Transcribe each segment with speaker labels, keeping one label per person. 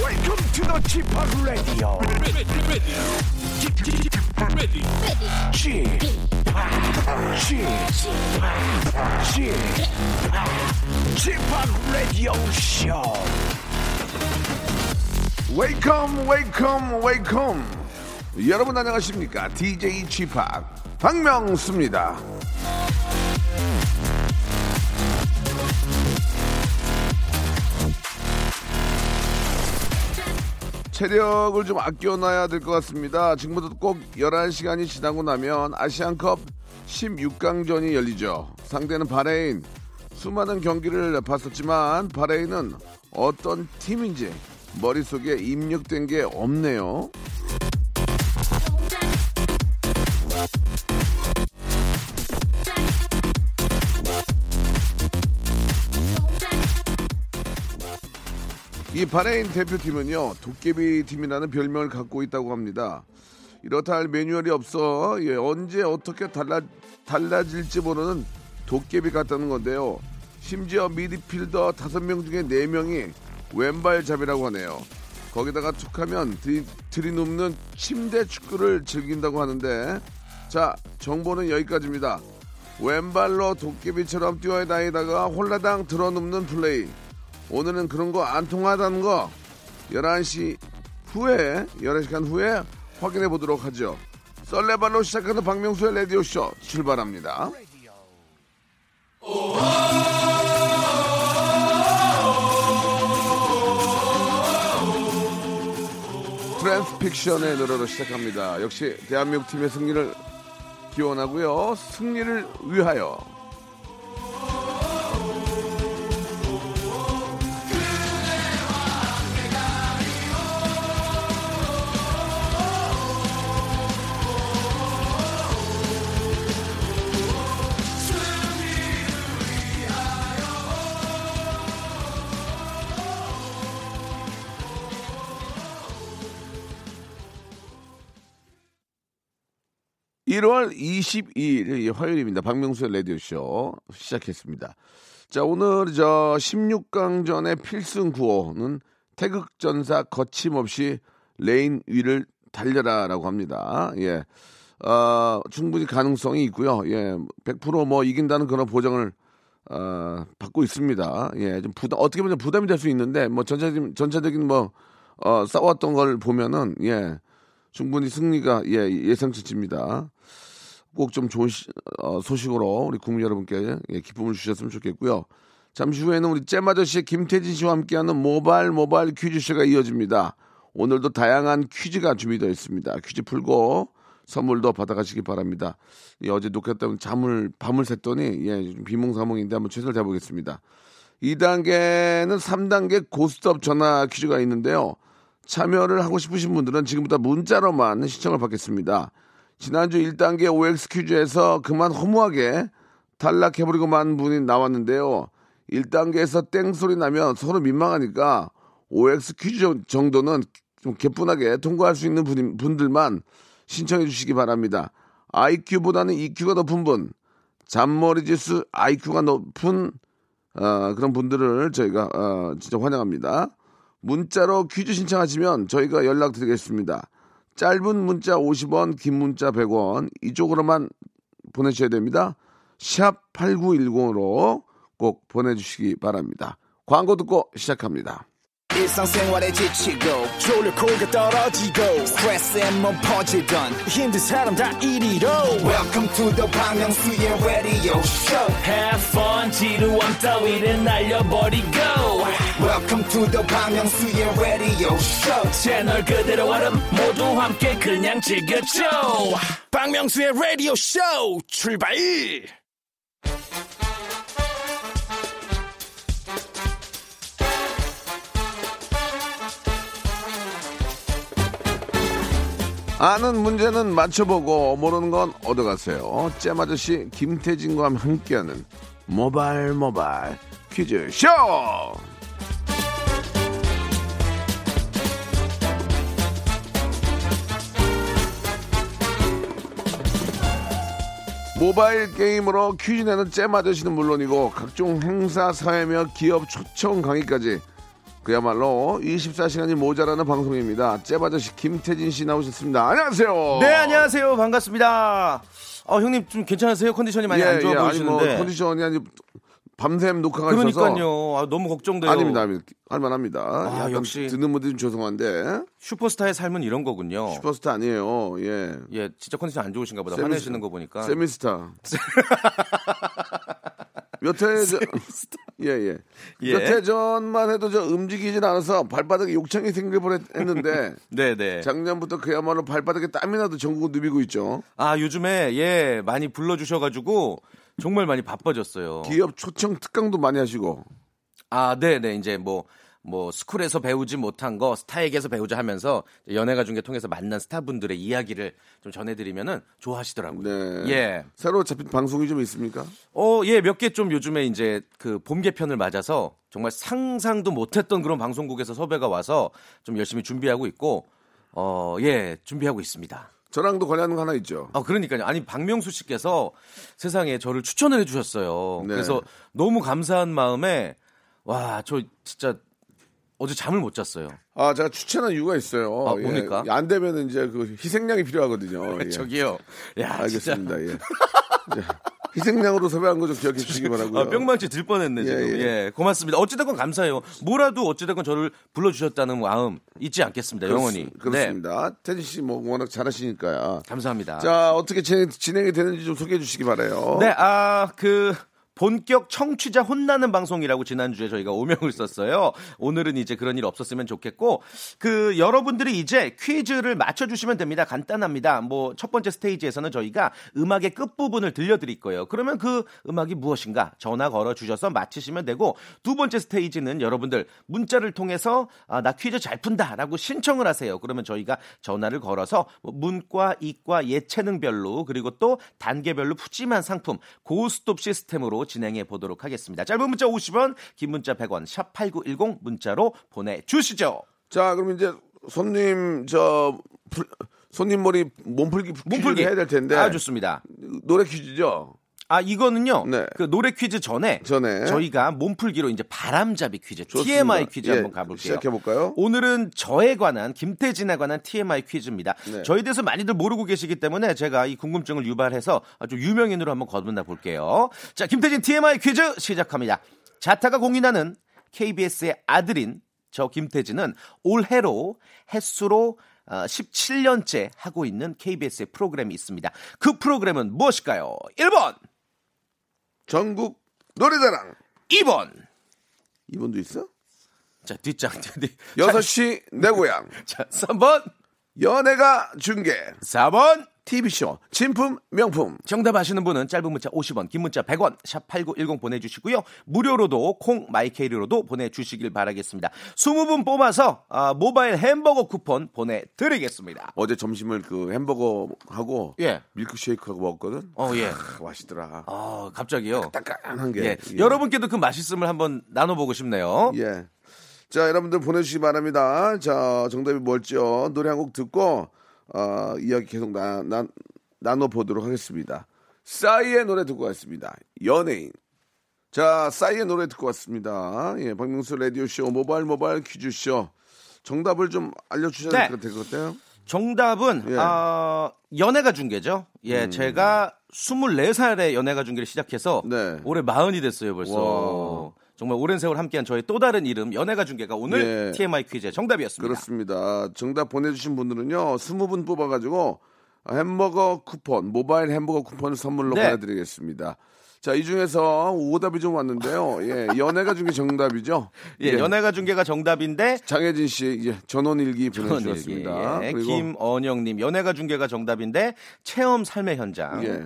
Speaker 1: Welcome to the g p o p Radio.
Speaker 2: ready, ready, ready, ready.
Speaker 1: g p o p g p o p g p o p Radio Show.
Speaker 3: 웨이컴 웨이컴 웨이컴 여러분 안녕하십니까 DJ g p o p 박명수입니다 체력을 좀 아껴놔야 될 것 같습니다 지금부터 꼭 11시간이 지나고 나면 아시안컵 16강전이 열리죠 상대는 바레인 수많은 경기를 봤었지만 바레인은 어떤 팀인지 머릿속에 입력된 게 없네요. 이 바레인 대표팀은요 도깨비 팀이라는 별명을 갖고 있다고 합니다. 이렇다 할 매뉴얼이 없어 예, 언제 어떻게 달라 달라질지 모르는 도깨비 같다는 건데요. 심지어 미드필더 다섯 명 중에 네 명이 왼발잡이라고 하네요. 거기다가 툭하면 들이, 들이눕는 침대 축구를 즐긴다고 하는데 자 정보는 여기까지입니다. 왼발로 도깨비처럼 뛰어다니다가 홀라당 들어눕는 플레이. 오늘은 그런 거 안 통하다는 거 11시 후에 11시간 후에 확인해 보도록 하죠. 썰레발로 시작하는 박명수의 라디오 쇼 출발합니다. 트랜스픽션의 노래로 시작합니다. 역시 대한민국 팀의 승리를 기원하고요. 승리를 위하여 일월 22일 예, 화요일입니다. 박명수의 라디오쇼 시작했습니다. 자, 오늘 저 16강전의 필승 구호는 태극전사 거침없이 레인 위를 달려라라고 합니다. 예. 어, 충분히 가능성이 있고요. 예. 100%뭐 이긴다는 그런 보장을 어, 받고 있습니다. 예, 좀 부담, 어떻게 보면 부담이 될 수 있는데, 뭐, 전체적인, 전체적인 뭐, 어, 싸웠던 걸 보면은, 예, 충분히 승리가, 예, 예상치입니다. 꼭 좀 좋은 시- 어, 소식으로 우리 국민 여러분께 예, 기쁨을 주셨으면 좋겠고요. 잠시 후에는 우리 잼아저씨 김태진 씨와 함께하는 모발 모발 퀴즈쇼가 이어집니다. 오늘도 다양한 퀴즈가 준비되어 있습니다. 퀴즈 풀고 선물도 받아가시기 바랍니다. 예, 어제 녹화 때문에 잠을 밤을 샜더니 예, 좀 비몽사몽인데 한번 최선을 다해보겠습니다. 2단계는 3단계 고스톱 전화 퀴즈가 있는데요. 참여를 하고 싶으신 분들은 지금부터 문자로만 신청을 받겠습니다. 지난주 1단계 OX 퀴즈에서 그만 허무하게 탈락해버리고 만 분이 나왔는데요. 1단계에서 땡소리 나면 서로 민망하니까 OX 퀴즈 정- 정도는 좀 개뿐하게 통과할 수 있는 분이- 분들만 신청해 주시기 바랍니다. IQ보다는 EQ가 높은 분, 잔머리 지수 IQ가 높은 어, 그런 분들을 저희가 어, 진짜 환영합니다. 문자로 퀴즈 신청하시면 저희가 연락드리겠습니다. 짧은 문자 50원, 긴 문자 100원 이쪽으로만 보내셔야 됩니다. 샵 8910으로 꼭 보내주시기 바랍니다. 광고 듣고 시작합니다.
Speaker 4: 일상생활에 지치고, 졸려 코가 떨어지고, 스트레스에 몸 퍼지던, 힘든 사람 다 이리로. welcome to the Bang Myung-soo's radio show
Speaker 5: Have fun 지루함 따위를 날려버리고
Speaker 4: welcome to the Bang Myung-soo's radio show
Speaker 5: 채널 그대로 얼음 모두 함께 그냥 즐겨줘
Speaker 2: 박명수의 라디오 쇼 출발!
Speaker 3: 아는 문제는 맞춰보고 모르는 건 얻어가세요. 잼 아저씨 김태진과 함께하는 모발 모발 퀴즈 쇼. 모바일 게임으로 퀴즈 내는 잼 아저씨는 물론이고 각종 행사 사회며 기업 초청 강의까지 그야말로 24시간이 모자라는 방송입니다. 째바저씨 김태진 씨 나오셨습니다. 안녕하세요.
Speaker 6: 네 안녕하세요 반갑습니다. 어 형님 좀 괜찮으세요? 컨디션이 많이 안 좋아
Speaker 3: 아니 뭐
Speaker 6: 보이시는데.
Speaker 3: 컨디션이 아니 밤샘 녹화가 있어서
Speaker 6: 그러니까요. 아, 너무 걱정돼요.
Speaker 3: 아닙니다, 아닙니다. 할만합니다. 약간
Speaker 6: 역시.
Speaker 3: 듣는 분들이 좀 죄송한데
Speaker 6: 슈퍼스타의 삶은 이런 거군요.
Speaker 3: 슈퍼스타 아니에요. 예.
Speaker 6: 예, 진짜 컨디션 안 좋으신가 보다.
Speaker 3: 세미스타.
Speaker 6: 화내시는 거 보니까.
Speaker 3: 세미스타. 몇 해 전, 예, 예.
Speaker 6: 예.
Speaker 3: 몇 해 전만 해도 저 움직이진 않아서 발바닥에 욕창이 생겨버렸는데
Speaker 6: 네, 네.
Speaker 3: 작년부터 그야말로 발바닥에 땀이 나도 전국을 누비고 있죠.
Speaker 6: 아, 요즘에 예, 많이 불러 주셔 가지고 정말 많이 바빠졌어요.
Speaker 3: 기업 초청 특강도 많이 하시고
Speaker 6: 아, 네, 네. 이제 뭐, 뭐, 스쿨에서 배우지 못한 거, 스타에게서 배우자 하면서 연애가 중계 통해서 만난 스타분들의 이야기를 좀 전해드리면은 좋아하시더라고요.
Speaker 3: 네.
Speaker 6: 예.
Speaker 3: 새로 잡힌 방송이 좀 있습니까?
Speaker 6: 어, 예, 몇 개 좀 요즘에 이제 그 봄 개편을 맞아서 정말 상상도 못했던 그런 방송국에서 섭외가 와서 좀 열심히 준비하고 있고, 어, 예, 준비하고 있습니다.
Speaker 3: 저랑도 관련한 거 하나 있죠.
Speaker 6: 아, 그러니까요. 아니, 박명수 씨께서 세상에 저를 추천을 해주셨어요.
Speaker 3: 네.
Speaker 6: 그래서 너무 감사한 마음에, 와, 저 진짜 어제 잠을 못 잤어요.
Speaker 3: 아, 제가 추천한 이유가 있어요.
Speaker 6: 아, 뭡니까?
Speaker 3: 예. 안 되면 이제 그 희생양이 필요하거든요. 예.
Speaker 6: 저기요. 야,
Speaker 3: 알겠습니다. 예. 자, 희생양으로 섭외한 거 좀 기억해 주시기 바라고요.
Speaker 6: 아, 뿅망치 들 뻔했네 지금.
Speaker 3: 예,
Speaker 6: 예, 고맙습니다. 어찌됐건 감사해요. 뭐라도 어찌됐건 저를 불러주셨다는 마음 잊지 않겠습니다. 영원히.
Speaker 3: 그렇- 그렇습니다. 태진 씨 뭐 워낙 잘하시니까요.
Speaker 6: 네, 감사합니다.
Speaker 3: 자, 어? 어떻게 진행, 진행이 되는지 좀 소개해 주시기 바라요.
Speaker 6: 네, 아, 그 본격 청취자 혼나는 방송이라고 지난주에 저희가 오명을 썼어요. 오늘은 이제 그런 일 없었으면 좋겠고 그 여러분들이 이제 퀴즈를 맞춰 주시면 됩니다. 간단합니다. 뭐 첫 번째 스테이지에서는 저희가 음악의 끝부분을 들려 드릴 거예요. 그러면 그 음악이 무엇인가 전화 걸어 주셔서 맞히시면 되고 두 번째 스테이지는 여러분들 문자를 통해서 아, 나 퀴즈 잘 푼다라고 신청을 하세요. 그러면 저희가 전화를 걸어서 뭐 문과, 이과, 예체능별로 그리고 또 단계별로 푸짐한 상품 고스톱 시스템으로 진행해 보도록 하겠습니다. 짧은 문자 50원, 긴 문자 100원, 샵 8910 문자로 보내 주시죠.
Speaker 3: 자, 그럼 이제 손님 저 풀- 손님 머리 몸풀기 퀴즈를 해야 될 텐데.
Speaker 6: 아, 좋습니다.
Speaker 3: 노래 퀴즈죠.
Speaker 6: 아, 이거는요.
Speaker 3: 네.
Speaker 6: 그 노래 퀴즈 전에,
Speaker 3: 전에.
Speaker 6: 저희가 몸풀기로 이제 바람잡이 퀴즈,
Speaker 3: 좋습니다.
Speaker 6: TMI 퀴즈
Speaker 3: 예,
Speaker 6: 한번 가볼게요.
Speaker 3: 시작해볼까요?
Speaker 6: 오늘은 저에 관한 김태진에 관한 TMI 퀴즈입니다.
Speaker 3: 네.
Speaker 6: 저에 대해서 많이들 모르고 계시기 때문에 제가 이 궁금증을 유발해서 아주 유명인으로 한번 거듭나 볼게요. 자, 김태진 TMI 퀴즈 시작합니다. 자타가 공인하는 KBS의 아들인 저 김태진은 올해로 횟수로 어, 17년째 하고 있는 KBS의 프로그램이 있습니다. 그 프로그램은 무엇일까요? 1번,
Speaker 3: 전국 노래자랑
Speaker 6: 2번.
Speaker 3: 이분도 있어?
Speaker 6: 자, 뒷장. 뒷-
Speaker 3: 여섯 시 내 고향
Speaker 6: 자, 3번,
Speaker 3: 연예가 중계
Speaker 6: 4번.
Speaker 3: TV쇼 진품 명품
Speaker 6: 정답 아시는 분은 짧은 문자 50원, 긴 문자 100원, 샵 8910 보내주시고요. 무료로도 콩 마이케이로도 보내주시길 바라겠습니다. 20분 뽑아서 아, 모바일 햄버거 쿠폰 보내드리겠습니다.
Speaker 3: 어제 점심을 그 햄버거하고
Speaker 6: 예.
Speaker 3: 밀크쉐이크하고 먹었거든.
Speaker 6: 어, 예.
Speaker 3: 크, 맛있더라.
Speaker 6: 아, 갑자기요.
Speaker 3: 딱딱한 게.
Speaker 6: 예.
Speaker 3: 예.
Speaker 6: 여러분께도 그 맛있음을 한번 나눠보고 싶네요.
Speaker 3: 예. 자, 여러분들 보내주시기 바랍니다. 자, 정답이 뭘지요? 노래 한 곡 듣고 어, 이야기 계속 나, 나, 나눠보도록 하겠습니다. 싸이의 노래 듣고 왔습니다. 연예인. 자, 싸이의 노래 듣고 왔습니다. 예, 박명수 라디오쇼 모바일 모바일 퀴즈쇼. 정답을 좀 알려주셔야
Speaker 6: 네.
Speaker 3: 될 것 같아요.
Speaker 6: 정답은
Speaker 3: 예. 음.
Speaker 6: 아, 연애가 중계죠. 예, 제가 24살에 연애가 중계를 시작해서
Speaker 3: 네.
Speaker 6: 올해 마흔이 됐어요, 벌써. 정말 오랜 세월 함께한 저의 또 다른 이름 연애가 중계가 오늘
Speaker 3: 예.
Speaker 6: TMI 퀴즈의 정답이었습니다.
Speaker 3: 그렇습니다. 정답 보내주신 분들은요, 20분 뽑아가지고 햄버거 쿠폰, 모바일 햄버거 쿠폰을 선물로
Speaker 6: 네.
Speaker 3: 보내드리겠습니다. 자, 이 중에서 오답이 좀 왔는데요. 예, 연애가 중에 정답이죠.
Speaker 6: 예, 연애가 중계가 정답인데
Speaker 3: 장혜진 씨, 예, 전원일기
Speaker 6: 전원일기.
Speaker 3: 보내주셨습니다.
Speaker 6: 예,
Speaker 3: 그리고
Speaker 6: 김언영님 연애가 중계가 정답인데 체험 삶의 현장.
Speaker 3: 예.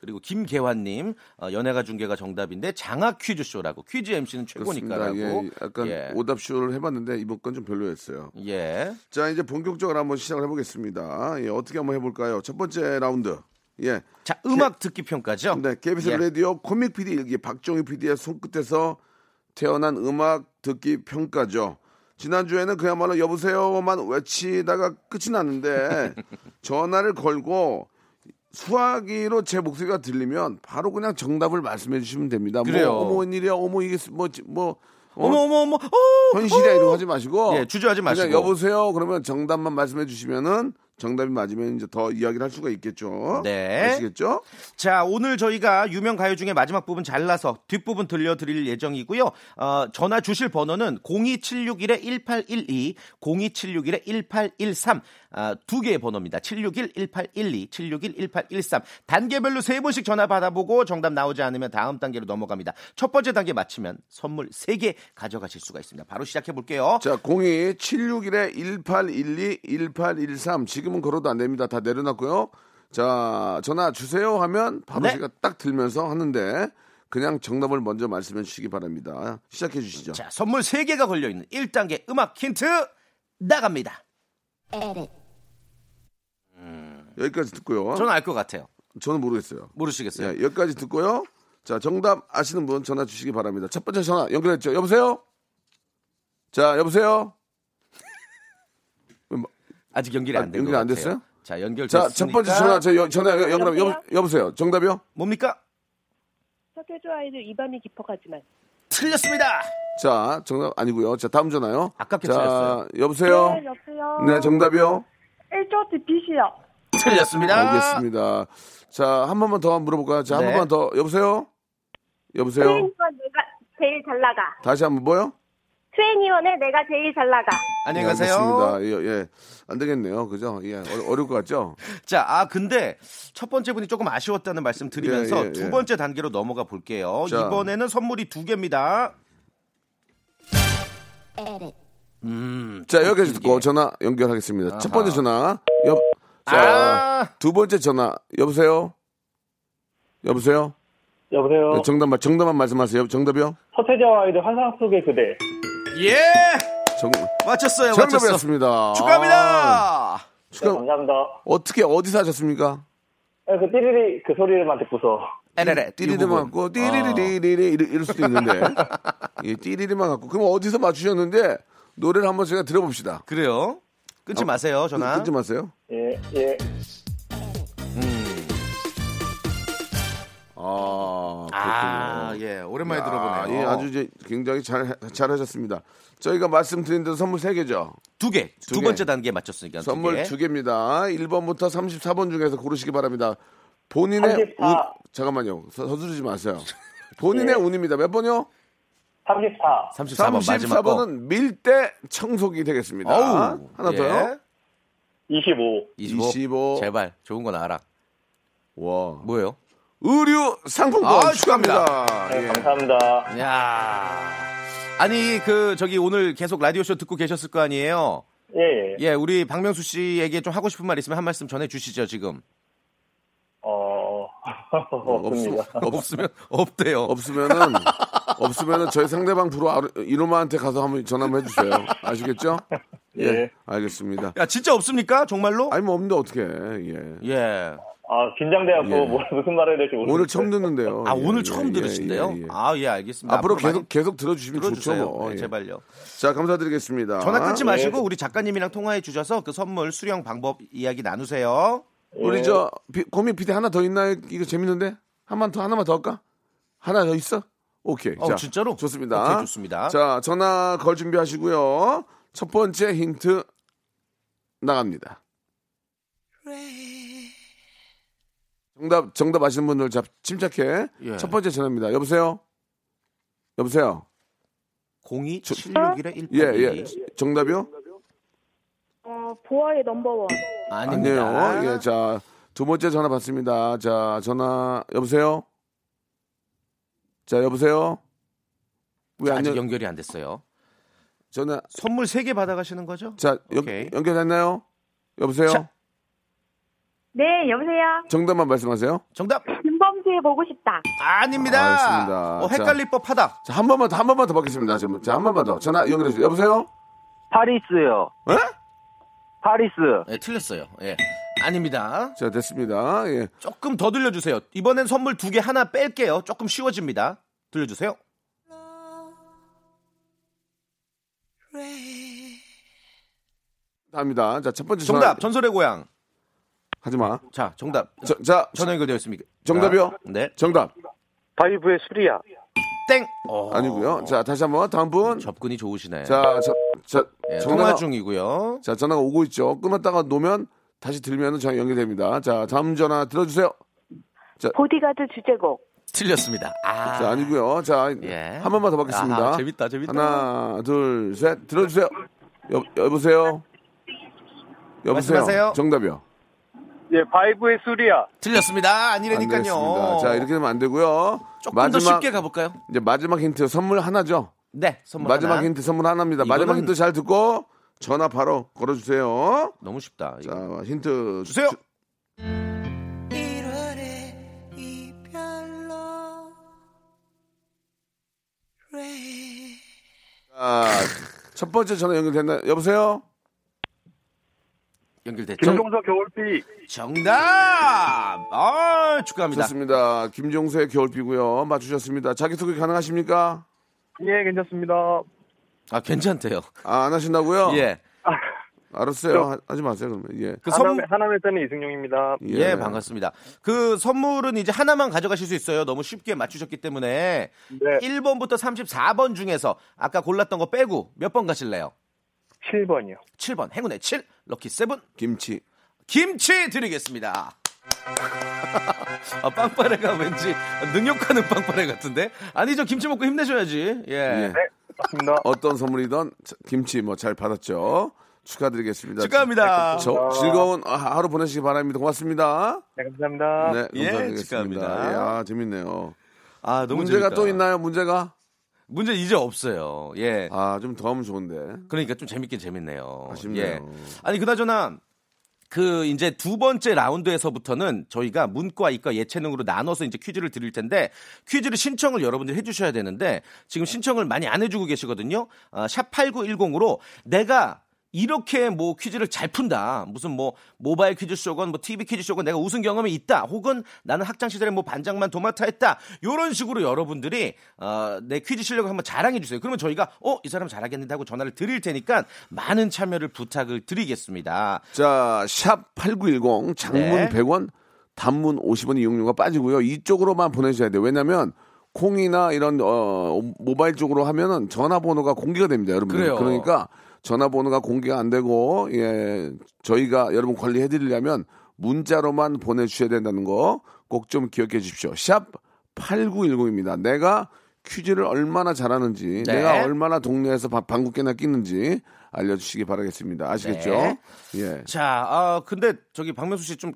Speaker 6: 그리고 김계환님 어, 연애가 중계가 정답인데 장학 퀴즈 쇼라고 퀴즈 MC는
Speaker 3: 그렇습니다.
Speaker 6: 최고니까라고.
Speaker 3: 예, 약간
Speaker 6: 예.
Speaker 3: 오답쇼를 해봤는데 이번 건 좀 별로였어요.
Speaker 6: 예.
Speaker 3: 자, 이제 본격적으로 한번 시작을 해보겠습니다. 예, 어떻게 한번 해볼까요? 첫 번째 라운드. 예,
Speaker 6: 자 음악 듣기 평가죠.
Speaker 3: 네, KBS
Speaker 6: 예.
Speaker 3: 라디오 코믹 PD 일기 박종희 PD의 손끝에서 태어난 음악 듣기 평가죠. 지난주에는 그야말로 여보세요만 외치다가 끝이 났는데 전화를 걸고 수화기로 제 목소리가 들리면 바로 그냥 정답을 말씀해 주시면 됩니다.
Speaker 6: 그래요.
Speaker 3: 뭐 어머 웬일이야 어머 이게 뭐 뭐
Speaker 6: 어머 어머 어머 어,
Speaker 3: 현실이야
Speaker 6: 어.
Speaker 3: 이러고 하지 마시고
Speaker 6: 예, 주저하지 마시고.
Speaker 3: 그냥 여보세요 그러면 정답만 말씀해 주시면은 정답이 맞으면 이제 더 이야기를 할 수가 있겠죠
Speaker 6: 네.
Speaker 3: 아시겠죠
Speaker 6: 자, 오늘 저희가 유명 가요 중에 마지막 부분 잘라서 뒷부분 들려드릴 예정이고요. 어, 전화 주실 번호는 02761-1812, 02761-1813, 아, 두 개의 번호입니다. 761-1812, 761-1813. 단계별로 세 번씩 전화 받아보고 정답 나오지 않으면 다음 단계로 넘어갑니다. 첫 번째 단계 마치면 선물 세 개 가져가실 수가 있습니다. 바로 시작해볼게요.
Speaker 3: 자, 02 761에 1812 1813 지금은 걸어도 안 됩니다. 다 내려놨고요. 자, 전화 주세요 하면 바로
Speaker 6: 네.
Speaker 3: 제가 딱 들면서 하는데 그냥 정답을 먼저 말씀해 주시기 바랍니다. 시작해 주시죠.
Speaker 6: 자, 선물 세개가 걸려있는 1단계 음악 힌트 나갑니다.
Speaker 3: 여기까지 듣고요.
Speaker 6: 저는 알 것 같아요.
Speaker 3: 저는 모르겠어요.
Speaker 6: 모르시겠어요?
Speaker 3: 예, 여기까지 듣고요. 자, 정답 아시는 분 전화 주시기 바랍니다. 첫 번째 전화 연결했죠. 여보세요? 자, 여보세요?
Speaker 6: 아직 연결이
Speaker 3: 아,
Speaker 6: 안, 된
Speaker 3: 연결이
Speaker 6: 것
Speaker 3: 안 됐어요?
Speaker 6: 같아요. 자 연결
Speaker 3: 자, 첫 번째 전화 저
Speaker 6: 네,
Speaker 3: 여- 전화 연- 연결 여, 여보세요. 정답이요?
Speaker 6: 뭡니까?
Speaker 7: 서태조 아이들 이 밤이 깊어가지만
Speaker 6: 틀렸습니다.
Speaker 3: 자, 정답 아니고요. 자, 다음 전화요.
Speaker 6: 아깝게
Speaker 3: 자,
Speaker 6: 틀렸어요.
Speaker 3: 여보세요?
Speaker 7: 여보세요
Speaker 3: 네, 정답이요.
Speaker 7: 1조 DPC요
Speaker 6: 틀렸습니다.
Speaker 3: 알겠습니다. 자, 한 번만 더 한번 물어볼까요? 자, 한
Speaker 6: 아. 네.
Speaker 3: 번만 더. 여보세요? 여보세요?
Speaker 8: 트웬티원 내가 제일 잘 나가.
Speaker 3: 다시 한번 뭐요?
Speaker 8: 트웬티원에 내가 제일 잘 나가.
Speaker 6: 안녕히 가세요.
Speaker 3: 알겠습니다. 예, 예. 안 되겠네요. 그죠? 예. 어, 어려울 것 같죠?
Speaker 6: 자, 아 근데 첫 번째 분이 조금 아쉬웠다는 말씀 드리면서
Speaker 3: 예, 예, 예.
Speaker 6: 두 번째 단계로 넘어가 볼게요.
Speaker 3: 자.
Speaker 6: 이번에는 선물이 두 개입니다.
Speaker 3: 자, 여기까지
Speaker 6: 예.
Speaker 3: 듣고 전화 연결하겠습니다. 첫 번째 전화. 여, 자,
Speaker 6: 아,
Speaker 3: 두 번째 전화. 여보세요? 여보세요?
Speaker 9: 여보세요.
Speaker 6: 어.
Speaker 3: 네, 정답, 말- 정답만 말씀하세요. 여- 정답이요?
Speaker 9: 서태지와 아이들 환상 속의 그대. 네,
Speaker 6: 예,
Speaker 3: 정,
Speaker 6: 맞췄어요. 맞췄어.
Speaker 3: 정답이었습니다. 아,
Speaker 6: 축하합니다.
Speaker 9: 네,
Speaker 3: 축하,
Speaker 9: 감사합니다.
Speaker 3: 어떻게, 어디서 하셨습니까?
Speaker 9: 네, 그 띠리리 그 소리를만 듣고서.
Speaker 6: 에레레
Speaker 3: 띠리리만 갖고
Speaker 6: 아.
Speaker 3: 띠리리리리리 이럴, 이럴 수도 있는데 예, 띠리리만 갖고 그럼 어디서 맞추셨는데 노래를 한번 제가 들어봅시다.
Speaker 6: 그래요. 끊지 마세요, 전화.
Speaker 3: 어, 끊지 마세요.
Speaker 9: 예, 예.
Speaker 3: 아,
Speaker 6: 아, 예, 오랜만에
Speaker 3: 아,
Speaker 6: 들어보네요.
Speaker 3: 예, 아주 이제 굉장히 잘 잘하셨습니다. 저희가 말씀드린 대로 선물 세 개죠.
Speaker 6: 두 개, 두,
Speaker 3: 개.
Speaker 6: 번째 단계 맞췄으니까
Speaker 3: 선물 두 개입니다. 1번부터 34번 중에서 고르시기 바랍니다. 본인의
Speaker 9: 34.
Speaker 3: 운 잠깐만요. 서- 서두르지 마세요. 본인의 운입니다. 몇 번요?
Speaker 9: 34.
Speaker 6: 34번, 마지막 거.
Speaker 3: 34번은 밀대 청소기 되겠습니다.
Speaker 6: 어우,
Speaker 3: 하나
Speaker 6: 예.
Speaker 3: 더요.
Speaker 9: 25.
Speaker 6: 25.
Speaker 3: 25.
Speaker 6: 제발 좋은 건 알아.
Speaker 3: 와.
Speaker 6: 뭐예요?
Speaker 3: 의류 상품권
Speaker 6: 아,
Speaker 3: 축하합니다.
Speaker 9: 네,
Speaker 3: 예.
Speaker 9: 감사합니다.
Speaker 6: 야. 아니 그 저기 오늘 계속 라디오 쇼 듣고 계셨을 거 아니에요.
Speaker 9: 예, 예.
Speaker 6: 예, 우리 박명수 씨에게 좀 하고 싶은 말 있으면 한 말씀 전해 주시죠 지금.
Speaker 9: 어,
Speaker 3: 뭐 없-
Speaker 9: 없습니다.
Speaker 6: 없으면 없대요.
Speaker 3: 없으면은 없으면은 저희 상대방 부로 아루- 이놈한테 가서 한번 전화 한번 해주세요. 아시겠죠? 예,
Speaker 9: 예.
Speaker 3: 알겠습니다.
Speaker 6: 야, 진짜 없습니까? 정말로?
Speaker 3: 아니 뭐 없는데 어떻게? 예.
Speaker 6: 예.
Speaker 9: 아, 긴장돼갖고
Speaker 3: 예.
Speaker 9: 뭐, 무슨 말을 해야 될지 모르겠어요.
Speaker 3: 오늘 처음 듣는데요.
Speaker 6: 아,
Speaker 3: 예,
Speaker 6: 오늘
Speaker 3: 예,
Speaker 6: 처음
Speaker 3: 예,
Speaker 6: 들으신대요.
Speaker 3: 예, 예.
Speaker 6: 아, 예, 알겠습니다.
Speaker 3: 앞으로 계속
Speaker 6: 많이
Speaker 3: 계속 들어주시면
Speaker 6: 들어주세요.
Speaker 3: 좋죠. 뭐. 예.
Speaker 6: 네,
Speaker 3: 아,
Speaker 6: 제발요.
Speaker 3: 자 감사드리겠습니다.
Speaker 6: 전화 끊지 마시고
Speaker 9: 예.
Speaker 6: 우리 작가님이랑 통화해 주셔서 그 선물 수령 방법 이야기 나누세요. 어.
Speaker 3: 우리 저 비- 고민 피디 하나 더 있나요? 이거 재밌는데 한번 더 하나만 더 할까? 하나 더 있어? 오케이.
Speaker 6: 어, 진짜로?
Speaker 3: 좋습니다.
Speaker 6: 오케이, 좋습니다.
Speaker 3: 자 전화 걸 준비하시고요. 첫 번째 힌트 나갑니다. 정답 정답 아시는 분들 자, 침착해.
Speaker 6: 예.
Speaker 3: 첫 번째 전화입니다. 여보세요. 여보세요.
Speaker 6: 02 761의 1
Speaker 3: 예 예.
Speaker 6: 네.
Speaker 3: 정답이요?
Speaker 7: 어, 보아의 넘버원
Speaker 6: 아닙니다.
Speaker 3: 아니에요. 예, 자, 두 번째 전화 받습니다. 자, 전화, 여보세요? 자, 여보세요? 왜 안,
Speaker 6: 아직
Speaker 3: 연,
Speaker 6: 연결이 그 안 됐어요.
Speaker 3: 전화,
Speaker 6: 선물 세 개 받아가시는 거죠?
Speaker 3: 자,
Speaker 6: 오케이.
Speaker 3: 연, 연결됐나요? 여보세요?
Speaker 6: 자.
Speaker 8: 네, 여보세요.
Speaker 3: 정답만 말씀하세요.
Speaker 6: 정답
Speaker 8: 김범수의 보고 싶다.
Speaker 6: 아닙니다.
Speaker 3: 알겠습니다.
Speaker 6: 어, 헷갈릴 법하다.
Speaker 3: 자, 한 번만 더, 한 번만 더 받겠습니다. 지금. 자, 한 번만 더. 전화 연결해주세요. 여보세요?
Speaker 10: 파리스요.
Speaker 3: 예?
Speaker 10: 파리스.
Speaker 6: 예, 틀렸어요. 예, 아닙니다.
Speaker 3: 자, 됐습니다. 예.
Speaker 6: 조금 더 들려주세요. 이번엔 선물 두 개 하나 뺄게요. 조금 쉬워집니다. 들려주세요.
Speaker 3: 다음입니다. 자, 첫 번째 전화.
Speaker 6: 정답 전설의 고향.
Speaker 3: 하지 마.
Speaker 6: 자 정답
Speaker 3: 저, 자,
Speaker 6: 전화 연결되어 있습니다.
Speaker 3: 정답이요?
Speaker 6: 네.
Speaker 3: 정답.
Speaker 10: 바이브의 수리야.
Speaker 6: 땡. 어,
Speaker 3: 아니고요. 자, 다시 한번 다음 분.
Speaker 6: 접근이 좋으시네.
Speaker 3: 자, 자, 자
Speaker 6: 예,
Speaker 3: 전화가-
Speaker 6: 통화 중이고요.
Speaker 3: 자, 전화가 오고 있죠. 끊었다가 놓으면 다시 들면 전화 연결됩니다. 자, 다음 전화 들어주세요.
Speaker 11: 보디가드 주제곡.
Speaker 6: 틀렸습니다. 아,
Speaker 3: 자, 아니고요. 자,
Speaker 6: 예.
Speaker 3: 한 번만 더 받겠습니다.
Speaker 6: 아하, 재밌다, 재밌다.
Speaker 3: 하나, 둘, 셋. 들어주세요. 여, 여보세요? 여보세요?
Speaker 6: 말씀하세요.
Speaker 3: 정답이요.
Speaker 9: 예, 바이브의 수리야.
Speaker 6: 틀렸습니다.
Speaker 3: 안
Speaker 6: 아니라니까요.
Speaker 3: 되겠습니다. 자, 이렇게 되면 안 되고요.
Speaker 6: 조금 더 쉽게 가볼까요?
Speaker 3: 이제 마지막 힌트 선물 하나죠.
Speaker 6: 네, 선물
Speaker 3: 마지막
Speaker 6: 하나.
Speaker 3: 힌트 선물 하나입니다. 마지막
Speaker 6: 이거는-
Speaker 3: 힌트 잘 듣고 전화 바로 걸어주세요.
Speaker 6: 너무 쉽다. 이거.
Speaker 3: 자, 힌트
Speaker 6: 주세요.
Speaker 3: 주- 자, 첫 번째 전화 연결됐나? 여보세요?
Speaker 6: 연결됐죠?
Speaker 9: 김종서 겨울비.
Speaker 6: 정답! 아, 축하합니다.
Speaker 3: 좋습니다. 김종수의 겨울비고요. 맞추셨습니다. 자기소개 가능하십니까?
Speaker 9: 예, 괜찮습니다.
Speaker 6: 아, 괜찮대요.
Speaker 3: 아, 안 하신다고요?
Speaker 6: 예.
Speaker 3: 알았어요. 하, 하지 마세요, 그러면. 예.
Speaker 6: 그
Speaker 9: 하남,
Speaker 6: 선,
Speaker 9: 하남의 때는 이승용입니다.
Speaker 3: 예.
Speaker 6: 예, 반갑습니다. 그 선물은 이제 하나만 가져가실 수 있어요. 너무 쉽게 맞추셨기 때문에.
Speaker 9: 네.
Speaker 6: 1번부터 34번 중에서 아까 골랐던 거 빼고 몇 번 가실래요?
Speaker 9: 7번이요.
Speaker 6: 7번, 행운의 7, 럭키 7,
Speaker 3: 김치.
Speaker 6: 김치 드리겠습니다. 아, 빵빠레가 왠지 능욕하는 빵빠레 같은데? 아니죠, 김치 먹고 힘내셔야지. 예.
Speaker 3: 예.
Speaker 9: 맞습니다.
Speaker 3: 어떤 선물이든 자- 김치 뭐 잘 받았죠. 축하드리겠습니다.
Speaker 6: 축하합니다.
Speaker 3: 저, 즐거운 하- 하루 보내시기 바랍니다. 고맙습니다.
Speaker 9: 네, 감사합니다.
Speaker 3: 네,
Speaker 6: 예,
Speaker 3: 감사드리겠습니다.
Speaker 6: 축하합니다.
Speaker 3: 야, 재밌네요.
Speaker 6: 아, 너무
Speaker 3: 문제가
Speaker 6: 재밌다.
Speaker 3: 또 있나요? 문제가?
Speaker 6: 문제 이제 없어요. 예.
Speaker 3: 아, 좀 더 하면 좋은데.
Speaker 6: 그러니까 좀 재밌긴 재밌네요.
Speaker 3: 아쉽네요.
Speaker 6: 예. 아니 그나저나 그 이제 두 번째 라운드에서부터는 저희가 문과 이과 예체능으로 나눠서 이제 퀴즈를 드릴 텐데 퀴즈를 신청을 여러분들이 해주셔야 되는데 지금 신청을 많이 안 해주고 계시거든요. 아, 샵 8910으로 내가 이렇게 뭐 퀴즈를 잘 푼다. 무슨 뭐 모바일 퀴즈 쇼건 뭐 TV 퀴즈 쇼건 내가 우승 경험이 있다. 혹은 나는 학창 시절에 뭐 반장만 도맡아 했다. 요런 식으로 여러분들이 어, 내 퀴즈 실력을 한번 자랑해 주세요. 그러면 저희가 어, 이 사람 잘하겠는데 하고 전화를 드릴 테니까 많은 참여를 부탁을 드리겠습니다.
Speaker 3: 자, 샵 8910 장문
Speaker 6: 네.
Speaker 3: 100원, 단문 50원 이용료가 빠지고요. 이쪽으로만 보내셔야 돼요. 왜냐면 콩이나 이런 어, 모바일 쪽으로 하면은 전화번호가 공개가 됩니다, 여러분들.
Speaker 6: 그래요.
Speaker 3: 러니까 전화번호가 공개가 안 되고 예, 저희가 여러분 관리해 드리려면 문자로만 보내 주셔야 된다는 거 꼭 좀 기억해 주십시오. 샵 8910입니다. 내가 퀴즈를 얼마나 잘하는지,
Speaker 6: 네.
Speaker 3: 내가 얼마나 동네에서 바- 방귀깨나 끼는지 알려주시기 바라겠습니다. 아시겠죠?
Speaker 6: 네.
Speaker 3: 예.
Speaker 6: 자, 아 근데 저기 박명수 씨 좀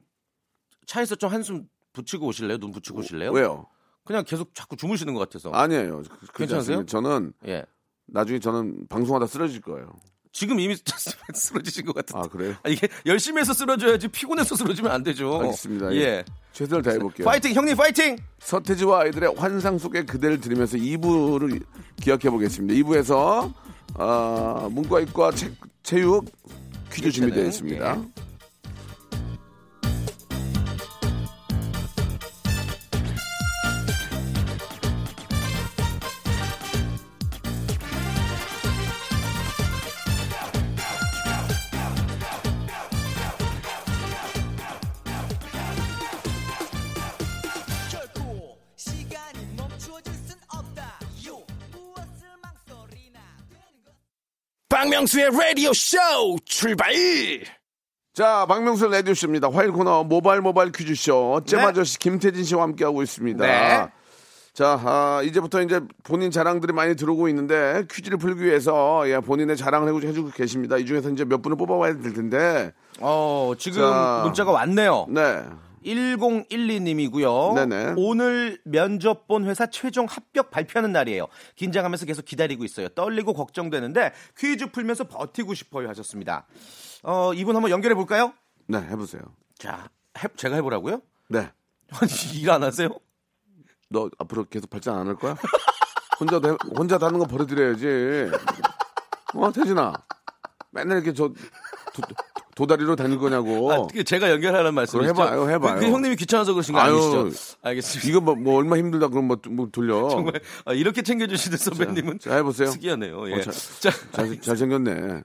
Speaker 6: 차에서 좀 한숨 붙이고 오실래요? 눈 붙이고 오실래요?
Speaker 3: 왜요?
Speaker 6: 그냥 계속 자꾸 주무시는 것 같아서.
Speaker 3: 아니에요. 그- 그렇지
Speaker 6: 괜찮으세요?
Speaker 3: 않습니다. 저는
Speaker 6: 예.
Speaker 3: 나중에 저는 방송하다 쓰러질 거예요.
Speaker 6: 지금 이미 쓰러지신 것 같은데.
Speaker 3: 아 그래요?
Speaker 6: 아, 이게 열심히 해서 쓰러져야지 피곤해서 쓰러지면 안 되죠.
Speaker 3: 알겠습니다.
Speaker 6: 예.
Speaker 3: 최선을 다해볼게요.
Speaker 6: 파이팅 형님 파이팅.
Speaker 3: 서태지와 아이들의 환상 속의 그대를 들으면서 2부를 기억해보겠습니다. 2부에서 어, 문과이과 체, 체육 퀴즈
Speaker 6: 네.
Speaker 3: 준비되어 있습니다.
Speaker 2: 박명수의 라디오 쇼 출발!
Speaker 3: 자, 박명수 레디오쇼입니다. 화요일 코너 모바일 모바일 퀴즈쇼. 어쩜
Speaker 6: 네.
Speaker 3: 아저씨 김태진 씨와 함께하고 있습니다.
Speaker 6: 네.
Speaker 3: 자, 아, 이제부터 이제 본인 자랑들이 많이 들어오고 있는데 퀴즈를 풀기 위해서 예, 본인의 자랑을 해주- 해주고 계십니다. 이 중에서 이제 몇 분을 뽑아와야 될 텐데.
Speaker 6: 어 지금
Speaker 3: 자.
Speaker 6: 문자가 왔네요.
Speaker 3: 네.
Speaker 6: 1012님이고요.
Speaker 3: 네네.
Speaker 6: 오늘 면접 본 회사 최종 합격 발표하는 날이에요. 긴장하면서 계속 기다리고 있어요. 떨리고 걱정되는데 퀴즈 풀면서 버티고 싶어요 하셨습니다. 어 이분 한번 연결해 볼까요?
Speaker 3: 네, 해보세요.
Speaker 6: 자, 해- 제가 해보라고요?
Speaker 3: 네.
Speaker 6: 아니 일 안 하세요?
Speaker 3: 너 앞으로 계속 발전 안 할 거야? 혼자, 도 해- 혼자 다는 거 버려드려야지. 어, 태진아. 맨날 이렇게 저 도, 도다리로 다닐 거냐고.
Speaker 6: 아, 그 제가 연결하라는 말씀이시죠?
Speaker 3: 어. 그럼 해봐요, 해봐요.
Speaker 6: 그, 그 형님이 귀찮아서 그러신 거
Speaker 3: 아유.
Speaker 6: 아니시죠? 알겠습니다.
Speaker 3: 이거 뭐, 뭐 얼마 힘들다 그럼 뭐, 뭐 돌려.
Speaker 6: 정말 아, 이렇게 챙겨주시는 선배님은
Speaker 3: 자, 해보세요.
Speaker 6: 특이하네요. 예.
Speaker 3: 어,
Speaker 6: 자,
Speaker 3: 자-
Speaker 6: 자,
Speaker 3: 잘, 잘생겼네.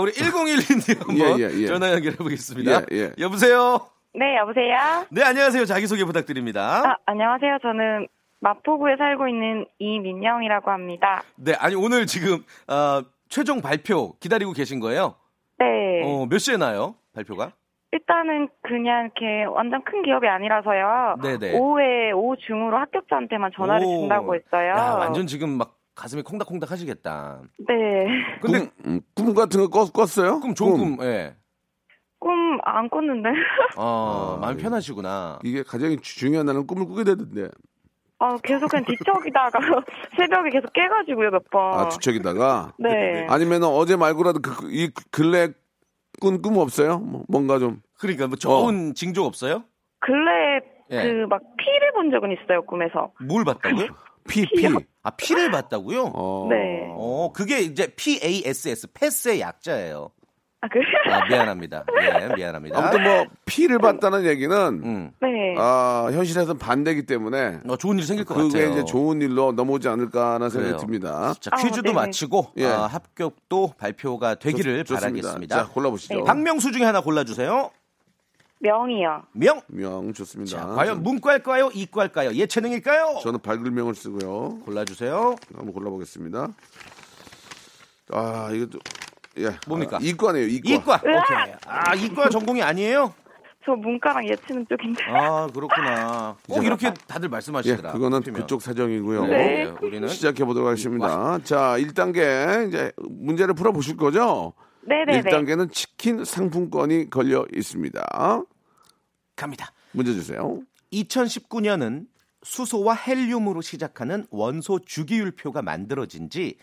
Speaker 6: 우리 1012님 한번
Speaker 3: 예, 예, 예.
Speaker 6: 전화 연결해 보겠습니다.
Speaker 3: 예, 예.
Speaker 6: 여보세요.
Speaker 11: 네, 여보세요?
Speaker 6: 네 안녕하세요. 자기 소개 부탁드립니다.
Speaker 11: 아, 안녕하세요. 저는 마포구에 살고 있는 이민영이라고 합니다.
Speaker 6: 네, 아니 오늘 지금 아, 최종 발표 기다리고 계신 거예요?
Speaker 11: 네.
Speaker 6: 어, 몇 시에 나요? 발표가?
Speaker 11: 일단은 그냥 이렇게 완전 큰 기업이 아니라서요.
Speaker 6: 네네.
Speaker 11: 오후에 오후 중으로 합격자한테만 전화를
Speaker 6: 오.
Speaker 11: 준다고 했어요.
Speaker 6: 야, 완전 지금 막 가슴이 콩닥콩닥 하시겠다.
Speaker 11: 네.
Speaker 6: 근데
Speaker 3: 꿈, 같은 거 꿨, 꿨어요?
Speaker 6: 꿈 좋은 꿈, 예.
Speaker 11: 꿈 안 꿨는데.
Speaker 6: 어, 마음 편하시구나.
Speaker 3: 이게 가장 중요한 날은 꿈을 꾸게 되던데.
Speaker 11: 아, 계속 그냥 뒤척이다가 새벽에 계속 깨가지고요, 몇 번.
Speaker 3: 아, 주척이다가.
Speaker 11: 네.
Speaker 3: 아니면 어제 말고라도 그, 그- 이 근래 꾼, 꿈 없어요? 뭐, 뭔가 좀.
Speaker 6: 그러니까 뭐 좋은 징조 없어요?
Speaker 11: 근래에
Speaker 6: 예.
Speaker 11: 그 막 피를 본 적은 있어요, 꿈에서.
Speaker 6: 뭘 봤다고요?
Speaker 3: 피, 피.
Speaker 6: 아, 피를 봤다고요?
Speaker 11: 네.
Speaker 6: 어, 그게 이제 PASS, 패스의 약자예요.
Speaker 11: 아, 그래요?
Speaker 6: 아, 미안합니다. 예, 미안합니다.
Speaker 3: 아무튼 뭐, 피를 봤다는 얘기는,
Speaker 6: 음.
Speaker 11: 네.
Speaker 3: 아, 현실에서는 반대기 때문에.
Speaker 6: 어, 좋은 일 생길 것
Speaker 3: 그게
Speaker 6: 음. 같아요.
Speaker 3: 이제 좋은 일로 넘어오지 않을까라는 생각이
Speaker 6: 그래요.
Speaker 3: 듭니다.
Speaker 6: 자, 퀴즈도 마치고
Speaker 3: 예.
Speaker 6: 아, 합격도 발표가 되기를
Speaker 3: 좋- 좋습니다.
Speaker 6: 바라겠습니다.
Speaker 3: 자, 골라보시죠. 네.
Speaker 6: 박명수 중에 하나 골라주세요.
Speaker 11: 명이요.
Speaker 6: 명.
Speaker 3: 명 좋습니다.
Speaker 6: 자, 과연 문과일까요? 이과일까요? 예체능일까요?
Speaker 3: 저는 발굴명을 쓰고요.
Speaker 6: 골라주세요.
Speaker 3: 한번 골라보겠습니다. 아, 이거 좀, 예.
Speaker 6: 뭡니까?
Speaker 3: 아, 이과네요, 이과.
Speaker 6: 이과.
Speaker 11: 으악!
Speaker 6: 오케이. 아, 이과 전공이 아니에요?
Speaker 11: 저 문과랑 예체능 쪽인데.
Speaker 6: 아, 그렇구나. 꼭
Speaker 3: 이제-
Speaker 6: 이렇게
Speaker 3: 예,
Speaker 6: 다들 말씀하시더라.
Speaker 3: 그거는
Speaker 6: 하필이면.
Speaker 3: 그쪽 사정이고요.
Speaker 6: 아, 네, 네, 우리는
Speaker 3: 시작해 보도록 하겠습니다. 자, 1단계 이제 문제를 풀어 보실 거죠?
Speaker 11: 네네네.
Speaker 3: 1단계는 그- 치킨 상품권이 걸려 있습니다.
Speaker 6: 갑니다.
Speaker 3: 문제 주세요.
Speaker 6: 2019년은 수소와 헬륨으로 시작하는 원소 주기율표가 만들어진 지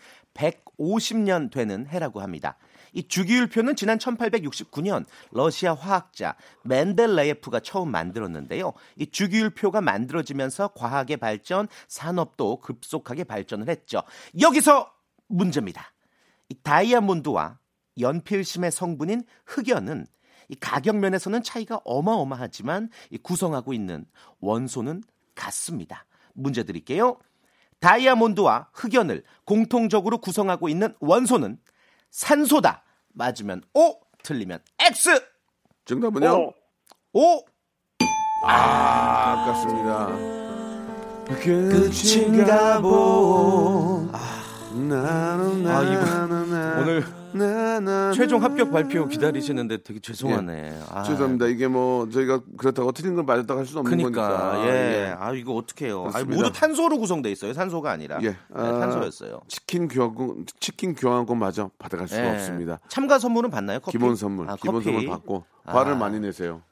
Speaker 6: 150년 되는 해라고 합니다. 이 주기율표는 지난 1869년 러시아 화학자 맨델레예프가 처음 만들었는데요. 이 주기율표가 만들어지면서 과학의 발전, 산업도 급속하게 발전을 했죠. 여기서 문제입니다. 이 다이아몬드와 연필심의 성분인 흑연은 이 가격면에서는 차이가 어마어마하지만 이 구성하고 있는 원소는 같습니다. 문제 드릴게요. 다이아몬드와 흑연을 공통적으로 구성하고 있는 원소는 산소다. 맞으면 O, 틀리면 X.
Speaker 3: 정답은요?
Speaker 6: O.
Speaker 3: 아, 아깝습니다.
Speaker 1: 끝인가
Speaker 6: 보.
Speaker 3: 아, 나는
Speaker 6: 아, 이분
Speaker 3: 나는
Speaker 6: 오늘
Speaker 3: 나는
Speaker 6: 최종 합격 발표 기다리시는데 되게 죄송하네. 아,
Speaker 3: 죄송합니다. 이게 뭐 저희가 그렇다고 틀린 걸 맞았다고 할 수는 없는
Speaker 6: 그러니까
Speaker 3: 거니까.
Speaker 6: 예. 아 이거 어떡해요. 아,
Speaker 3: 그렇습니다.
Speaker 6: 모두 탄소로 구구성돼 있어요. 산소가 아니라.
Speaker 3: 예.
Speaker 6: 네,
Speaker 3: 아,
Speaker 6: 탄소였어요.
Speaker 3: 치킨 교환권 치킨 교환권 마저 받아갈 수가
Speaker 6: 예.
Speaker 3: 없습니다.
Speaker 6: 참가 선물은 받나요? 커피?
Speaker 3: 기본 선물,
Speaker 6: 아,
Speaker 3: 기본
Speaker 6: 커피.
Speaker 3: 선물 받고
Speaker 6: 아.
Speaker 3: 화를 많이 내세요.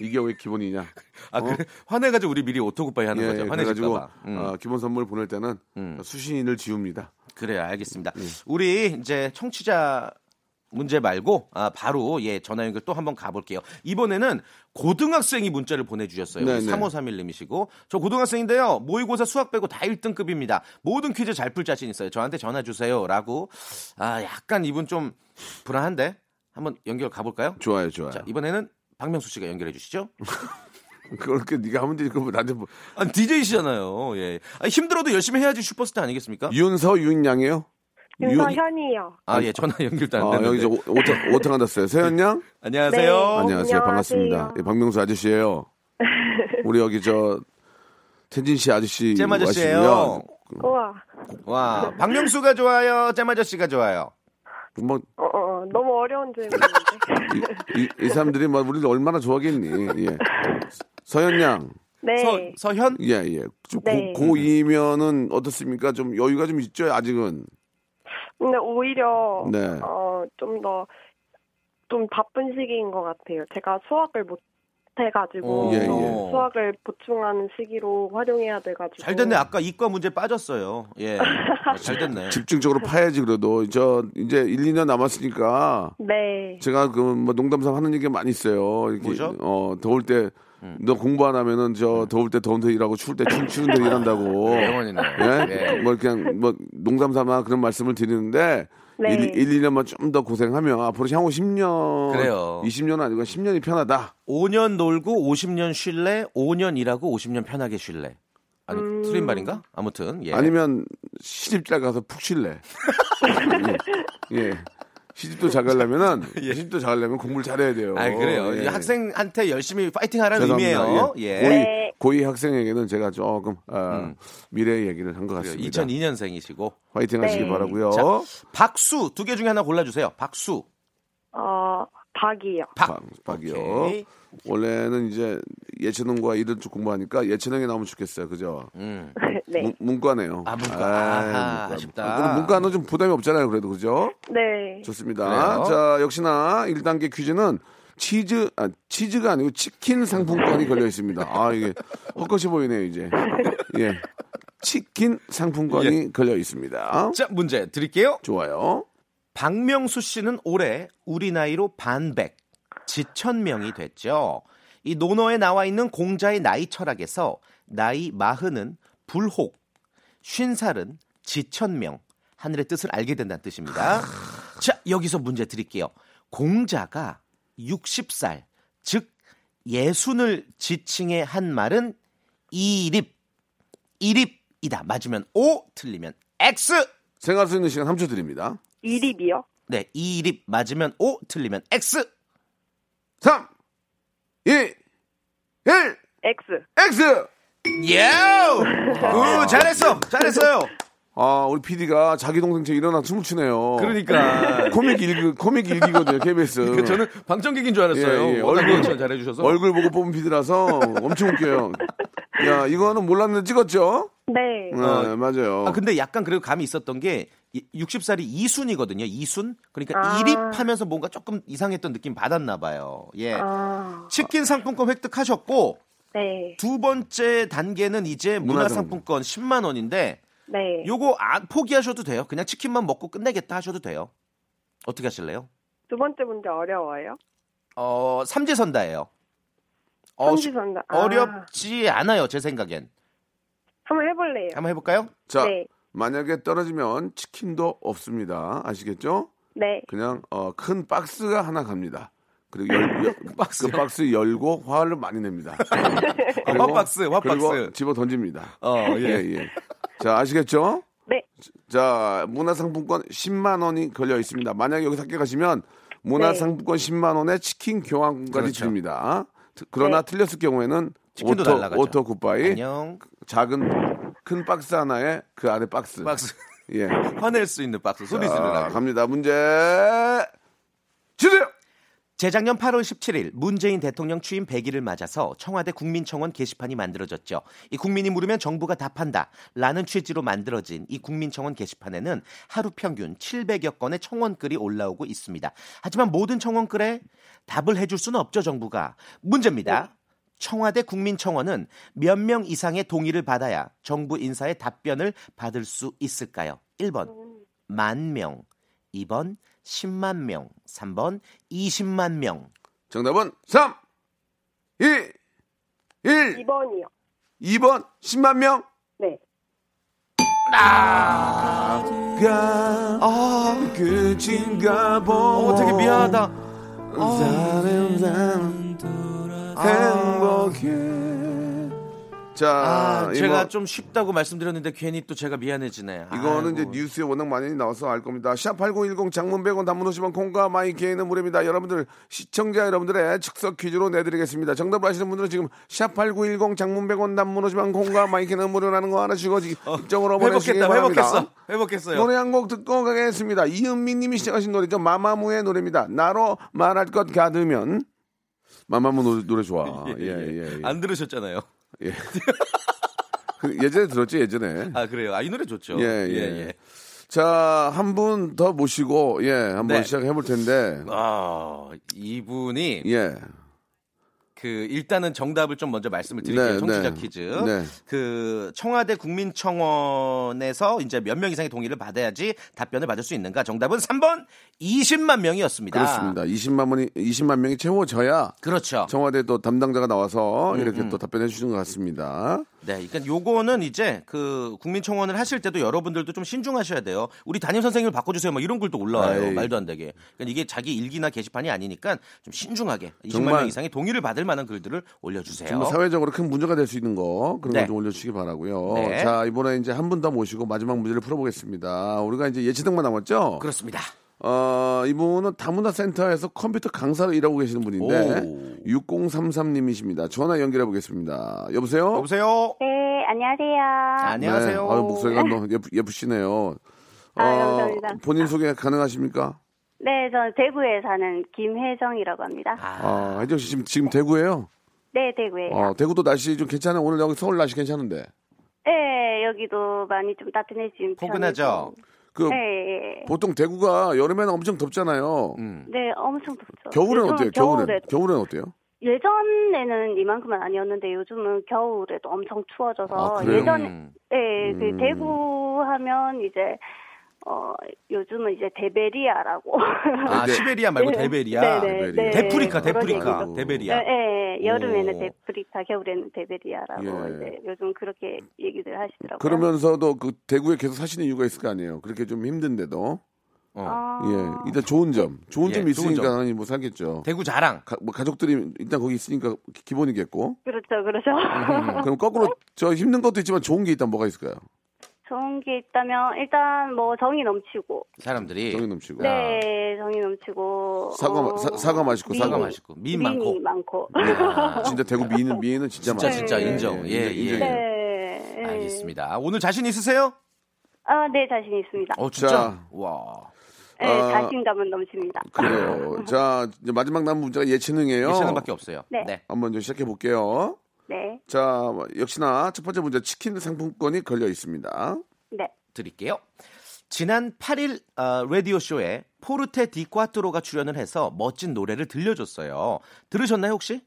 Speaker 3: 이게 왜 기본이냐?
Speaker 6: 아, 그래? 화내가지고 우리 미리 오토굿바이 하는
Speaker 3: 어? 예,
Speaker 6: 거죠.
Speaker 3: 그래가지고
Speaker 6: 화내실까봐. 음.
Speaker 3: 어, 기본 선물 보낼 때는 수신인을 지웁니다.
Speaker 6: 그래요, 알겠습니다.
Speaker 3: 예.
Speaker 6: 우리 이제 청취자 문제 말고 아, 바로 예 전화 연결 또 한번 가볼게요. 이번에는 고등학생이 문자를 보내주셨어요.
Speaker 3: 네, 네.
Speaker 6: 3531님이시고 저 고등학생인데요. 모의고사 수학 빼고 다 1등급입니다. 모든 퀴즈 잘 풀 자신 있어요. 저한테 전화 주세요라고 아 약간 이분 좀 불안한데 한번 연결 가볼까요?
Speaker 3: 좋아요, 좋아요.
Speaker 6: 자 이번에는 박명수 씨가 연결해 주시죠.
Speaker 3: 그렇게 네가 하면 되지. 그럼 나한테 뭐.
Speaker 6: 아, DJ시잖아요. 예. 아, 힘들어도 열심히 해야지 슈퍼스타 아니겠습니까?
Speaker 3: 윤서 윤양이에요?
Speaker 8: 윤서현이요.
Speaker 6: 아, 예, 전화 연결도 안
Speaker 3: 아,
Speaker 6: 됐는데.
Speaker 3: 여기 저 오탕 오탕 받았어요. 세연 양?
Speaker 6: 안녕하세요.
Speaker 8: 네.
Speaker 3: 안녕하세요.
Speaker 8: 안녕하세요.
Speaker 3: 반갑습니다. 예, 박명수 아저씨예요. 우리 여기 저 태진 씨 아저씨
Speaker 6: 잼 아저씨예요.
Speaker 3: 와시고요.
Speaker 8: 우와.
Speaker 6: 와,
Speaker 8: 네.
Speaker 6: 박명수가 좋아요. 잼아저씨가 좋아요.
Speaker 3: 뭐
Speaker 8: 어, 어, 너무 어려운 질문인데.
Speaker 3: 이, 이- 이 사람들이 뭐 우리를 얼마나 좋아하겠니? 예. 서현 양.
Speaker 8: 네.
Speaker 6: 서, 현
Speaker 3: 예, 예. 좀
Speaker 8: 네.
Speaker 3: 고, 고2면은 어떻습니까? 좀 여유가 좀 있죠, 아직은.
Speaker 8: 근데 오히려
Speaker 3: 네.
Speaker 8: 어, 좀 더 좀 바쁜 시기인 것 같아요. 제가 수학을 못 해가지고
Speaker 3: 오, 예, 예.
Speaker 8: 수학을 보충하는 시기로 활용해야 돼가지고
Speaker 6: 잘 됐네. 아까 이과 문제 빠졌어요. 예. 아, 잘 됐네.
Speaker 3: 집중적으로 파야지, 그래도. 저, 이제 1, 2년 남았으니까.
Speaker 8: 네.
Speaker 3: 제가 그 뭐 농담삼 하는 얘기 많이 있어요. 이렇게
Speaker 6: 뭐죠? 음.
Speaker 3: 어 더울 때. 너 공부 안 하면은 저 더울 때 더운 데 일하고 추울 때 추- 추운 데 일한다고.
Speaker 6: 영원이네.
Speaker 3: 예? 뭐 그냥 뭐 농담 삼아 그런 말씀을 드리는데
Speaker 8: 네.
Speaker 3: 일 1, 2년만 좀 더 고생하면 앞으로 향후 10년
Speaker 6: 그래요.
Speaker 3: 20년은 아니고 10년이 편하다.
Speaker 6: 5년 놀고 50년 쉴래, 5년 일하고 50년 편하게 쉴래. 아니,
Speaker 8: 음.
Speaker 6: 틀린 말인가? 아무튼, 예.
Speaker 3: 아니면 시집잘 가서 푹 쉴래. 예. 예. 시집도 잘 가려면은 시집도 잘 가려면 공부를 잘해야 돼요.
Speaker 6: 예. 아 그래요.
Speaker 3: 예.
Speaker 6: 이 학생한테 열심히 파이팅하라는
Speaker 3: 죄송합니다.
Speaker 6: 의미예요.
Speaker 3: 예.
Speaker 6: 예.
Speaker 8: 네.
Speaker 3: 고이 고이 학생에게는 제가 조금 아, 미래 얘기를 한 것 같습니다.
Speaker 6: 2002년생이시고
Speaker 3: 화이팅 하시기
Speaker 8: 네.
Speaker 3: 바라고요.
Speaker 6: 자, 박수 두 개 중에 하나 골라주세요. 박수.
Speaker 8: 어, 박이요.
Speaker 3: 박,
Speaker 6: 예.
Speaker 3: 박이요.
Speaker 8: 오케이.
Speaker 3: 원래는 이제 예체능과 이런 쪽 공부하니까 예체능에 나오면 좋겠어요. 그죠?
Speaker 8: 네.
Speaker 3: 문, 문과네요. 아, 문과. 아, 아쉽다. 그럼 문과는 좀 부담이 없잖아요. 그래도 그죠?
Speaker 8: 네.
Speaker 3: 좋습니다.
Speaker 8: 그래요?
Speaker 3: 자, 역시나 1단계 퀴즈는 치즈, 아, 치즈가 아니고 치킨 상품권이 걸려 있습니다. 아, 이게 헛것이 보이네요, 이제. 예. 치킨
Speaker 6: 예.
Speaker 3: 상품권이 걸려 있습니다.
Speaker 6: 자, 문제 드릴게요.
Speaker 3: 좋아요.
Speaker 6: 박명수 씨는 올해 우리 나이로 반백 지천명이 됐죠. 이 논어에 나와 있는 공자의 나이 철학에서 나이 마흔은 불혹, 쉰 살은 지천명, 하늘의 뜻을 알게 된다는 뜻입니다. 자, 여기서 문제 드릴게요. 공자가 60살, 즉 예순을 지칭해 한 말은 이립, 이립이다. 맞으면 O, 틀리면 X.
Speaker 3: 생각할 수 있는 시간 3초 드립니다.
Speaker 8: 이립이요?
Speaker 6: 네, 이립 맞으면 O, 틀리면 X.
Speaker 3: 3, 2, 1.
Speaker 8: X.
Speaker 3: X.
Speaker 6: 예! 우, 잘했어! 잘했어요!
Speaker 3: 아, 우리 PD가 자기 동생 제 일어나 춤을 추네요.
Speaker 6: 그러니까.
Speaker 3: 코믹 일기, 코믹 일기거든요, KBS.
Speaker 6: 그 저는 방청객인 줄 알았어요. 얼굴 잘해주셔서.
Speaker 3: 얼굴 보고 뽑은 PD라서 엄청 웃겨요. 야, 이거는 몰랐는데 찍었죠?
Speaker 8: 네.
Speaker 3: 네, 맞아요.
Speaker 6: 아, 근데 약간 그래도 감이 있었던 게 60살이 이순이거든요. 이순. 그러니까
Speaker 8: 아.
Speaker 6: 이립하면서 뭔가 조금 이상했던 느낌 받았나 봐요. 예.
Speaker 8: 아,
Speaker 6: 치킨 상품권 획득하셨고
Speaker 8: 네.
Speaker 6: 두 번째 단계는 이제 문화상품권 10만 원인데
Speaker 8: 네.
Speaker 6: 요거 안 포기하셔도 돼요. 그냥 치킨만 먹고 끝내겠다 하셔도 돼요. 어떻게 하실래요?
Speaker 8: 두 번째 문제 어려워요?
Speaker 6: 어, 삼지선다예요. 어,
Speaker 8: 성지선다. 아,
Speaker 6: 어렵지 않아요, 제 생각엔.
Speaker 8: 한번 해볼래요.
Speaker 6: 한번 해볼까요?
Speaker 3: 자,
Speaker 8: 네.
Speaker 3: 만약에 떨어지면 치킨도 없습니다. 아시겠죠?
Speaker 8: 네.
Speaker 3: 그냥 어, 큰 박스가 하나 갑니다. 그리고 열, 열- 그 박스 열고 화를 많이 냅니다. 그리고-
Speaker 6: 화박스, 화박스.
Speaker 3: 그리고 집어 던집니다.
Speaker 6: 어, 예.
Speaker 3: 예, 예. 자, 아시겠죠?
Speaker 8: 네.
Speaker 3: 자, 문화상품권 10만 원이 걸려 있습니다. 만약에 여기서 합격하시면
Speaker 8: 네.
Speaker 3: 문화상품권 10만 원에 치킨 교환권까지
Speaker 6: 그렇죠.
Speaker 3: 드립니다. 트- 그러나
Speaker 8: 네.
Speaker 3: 틀렸을 경우에는
Speaker 6: 치킨도
Speaker 3: 오토,
Speaker 6: 날라가죠.
Speaker 3: 오토 굿바이
Speaker 6: 안녕.
Speaker 3: 작은 큰 박스 하나에 그 안에 박스.
Speaker 6: 박스.
Speaker 3: 예.
Speaker 6: 화낼 수 있는 박수 소리
Speaker 3: 자,
Speaker 6: 지르라.
Speaker 3: 갑니다. 문제 주세요.
Speaker 6: 재작년 8월 17일 문재인 대통령 취임 100일을 맞아서 청와대 국민청원 게시판이 만들어졌죠. 이 국민이 물으면 정부가 답한다 라는 취지로 만들어진 이 국민청원 게시판에는 하루 평균 700여 건의 청원글이 올라오고 있습니다. 하지만 모든 청원글에 답을 해줄 수는 없죠, 정부가. 문제입니다. 청와대 국민청원은 몇 명 이상의 동의를 받아야 정부 인사의 답변을 받을 수 있을까요? 1번 만 명, 2번 10만 명, 3번 20만 명.
Speaker 3: 정답은 3, 2, 1.
Speaker 8: 2번이요.
Speaker 3: 2번 10만 명.
Speaker 8: 네.
Speaker 3: 가
Speaker 6: 아,
Speaker 3: 끝인가 보. 어,
Speaker 6: 되게 미안하다. 어. 아.
Speaker 3: 행복해. 자,
Speaker 6: 아,
Speaker 3: 이거,
Speaker 6: 제가 좀 쉽다고 말씀드렸는데 괜히 또 제가 미안해지네.
Speaker 3: 이거는
Speaker 6: 아이고.
Speaker 3: 이제 뉴스에 워낙 많이 나와서 알 겁니다. 샵8910 장문 100원 단문 50원 콩과 마이 케이는 무료입니다. 여러분들 시청자 여러분들의 즉석 퀴즈로 내드리겠습니다. 정답을 아시는 분들은 지금 샵8910 장문 100원 단문 50원 콩과 마이 케이는 무료라는 거 알아주시고 이쪽으로 보내주시기
Speaker 6: 어, 회복했다,
Speaker 3: 바랍니다.
Speaker 6: 회복했어, 회복했어요.
Speaker 3: 노래 한 곡 듣고 가겠습니다. 이은미 님이 시작하신 노래죠. 마마무의 노래입니다. 나로 말할 것 가두면. 마마무 노- 노래 좋아. 예, 예, 예.
Speaker 6: 안 들으셨잖아요.
Speaker 3: 예. 그 예전에 들었지, 예전에.
Speaker 6: 아 그래요. 아 이 노래 좋죠.
Speaker 3: 예, 예. 자, 한 분 더 모시고, 예, 한번
Speaker 6: 네.
Speaker 3: 시작해 볼 텐데.
Speaker 6: 아 이분이
Speaker 3: 예.
Speaker 6: 그 일단은 정답을 좀 먼저 말씀을 드릴게요.
Speaker 3: 네,
Speaker 6: 청취자
Speaker 3: 네.
Speaker 6: 퀴즈.
Speaker 3: 네.
Speaker 6: 그 청와대 국민청원에서 이제 몇 명 이상의 동의를 받아야지 답변을 받을 수 있는가? 정답은 3번 20만 명이었습니다.
Speaker 3: 그렇습니다. 20만 명이, 20만 명이 채워져야
Speaker 6: 그렇죠.
Speaker 3: 청와대 또 담당자가 나와서 이렇게 또 답변해 주시는 것 같습니다.
Speaker 6: 네, 그러니까 요거는 이제 그 국민청원을 하실 때도 여러분들도 좀 신중하셔야 돼요. 우리 담임 선생님을 바꿔주세요. 막 이런 글도 올라와요.
Speaker 3: 아이.
Speaker 6: 말도 안 되게. 그러니까 이게 자기 일기나 게시판이 아니니까 좀 신중하게 20만
Speaker 3: 정말.
Speaker 6: 명 이상의 동의를 받을 만한 글들을 올려주세요.
Speaker 3: 정말 사회적으로 큰 문제가 될 수 있는 거 그런
Speaker 6: 네.
Speaker 3: 걸 좀 올려주시기 바라고요.
Speaker 6: 네.
Speaker 3: 자 이번에 이제 한 분 더 모시고 마지막 문제를 풀어보겠습니다. 우리가 이제 예체능만 남았죠.
Speaker 6: 그렇습니다.
Speaker 3: 어, 이분은 다문화센터에서 컴퓨터 강사로 일하고 계시는 분인데 6033님이십니다. 전화 연결해 보겠습니다. 여보세요?
Speaker 6: 여보세요?
Speaker 12: 네, 안녕하세요.
Speaker 3: 네. 아유, 목소리가 너무 예쁘, 예쁘시네요. 어,
Speaker 12: 아, 감사합니다.
Speaker 3: 본인 소개 가능하십니까?
Speaker 12: 네, 저는 대구에 사는 김혜정이라고 합니다.
Speaker 3: 아, 혜정 씨 지금, 지금 대구예요?
Speaker 12: 네, 대구에요.
Speaker 3: 어, 대구도 날씨 좀 괜찮아. 오늘 여기 서울 날씨 괜찮은데.
Speaker 12: 네, 여기도 많이 좀 따뜻해진
Speaker 3: 포근하죠? 그
Speaker 12: 편이고. 네, 예.
Speaker 3: 보통 대구가 여름에는 엄청 덥잖아요.
Speaker 6: 음.
Speaker 12: 네, 엄청 덥죠.
Speaker 3: 겨울은
Speaker 12: 요즘은
Speaker 3: 어때요? 겨울은
Speaker 12: 겨울에-
Speaker 3: 겨울은 어때요?
Speaker 12: 예전에는 이만큼은 아니었는데 요즘은 겨울에도 엄청 추워져서
Speaker 3: 아, 그래요?
Speaker 12: 예전에 네, 그
Speaker 3: 음.
Speaker 12: 대구 하면 이제 어 요즘은 이제 데베리아라고
Speaker 6: 아,
Speaker 12: 네.
Speaker 6: 시베리아 말고
Speaker 12: 네.
Speaker 6: 데베리아.
Speaker 12: 네, 네,
Speaker 6: 데프리카,
Speaker 12: 네, 그런
Speaker 6: 데프리카,
Speaker 12: 얘기죠.
Speaker 6: 데베리아.
Speaker 12: 네, 네, 여름에는
Speaker 3: 오.
Speaker 12: 데프리카, 겨울에는 데베리아라고
Speaker 3: 예.
Speaker 12: 이제 요즘 그렇게 얘기들 하시더라고요.
Speaker 3: 그러면서도 그 대구에 계속 사시는 이유가 있을 거 아니에요. 그렇게 좀 힘든데도.
Speaker 6: 어.
Speaker 12: 아.
Speaker 3: 예, 일단 좋은 점, 좋은
Speaker 6: 예,
Speaker 3: 점이
Speaker 6: 좋은
Speaker 3: 있으니까
Speaker 6: 점.
Speaker 3: 당연히 뭐 살겠죠.
Speaker 6: 대구 자랑.
Speaker 3: 가, 뭐 가족들이 일단 거기 있으니까 기- 기본이겠고.
Speaker 12: 그렇죠, 그렇죠.
Speaker 3: 그럼 거꾸로 저 힘든 것도 있지만 좋은 게 있다면 뭐가 있을까요?
Speaker 12: 좋은 게 있다면 일단 뭐 정이 넘치고,
Speaker 6: 사람들이
Speaker 3: 정이 넘치고
Speaker 12: 네, 정이 넘치고
Speaker 3: 아. 사과 마-
Speaker 12: 어,
Speaker 3: 사, 사과 맛있고
Speaker 12: 미-
Speaker 3: 사과
Speaker 12: 미인이 많고.
Speaker 6: 네.
Speaker 3: 진짜
Speaker 6: 아.
Speaker 3: 대구 미인은 미인은 진짜
Speaker 6: 진짜,
Speaker 3: 많아요.
Speaker 6: 진짜 인정. 예, 예.
Speaker 3: 인정이에요.
Speaker 12: 네.
Speaker 6: 알겠습니다. 오늘 자신 있으세요? 어,
Speaker 12: 아, 네, 자신 있습니다.
Speaker 3: 자,
Speaker 6: 와.
Speaker 12: 네,
Speaker 3: 아.
Speaker 12: 자신감은 넘칩니다.
Speaker 3: 그래요. 자, 이제 마지막 남은 문제가 예체능이에요.
Speaker 6: 예체능밖에 없어요.
Speaker 12: 네.
Speaker 3: 한번 좀 시작해 볼게요.
Speaker 12: 네,
Speaker 3: 자, 역시나 첫 번째 문제 치킨 상품권이 걸려 있습니다.
Speaker 12: 네.
Speaker 6: 드릴게요. 지난 8일 어, 라디오 쇼에 포르테 디콰트로가 출연을 해서 멋진 노래를 들려줬어요. 들으셨나요 혹시?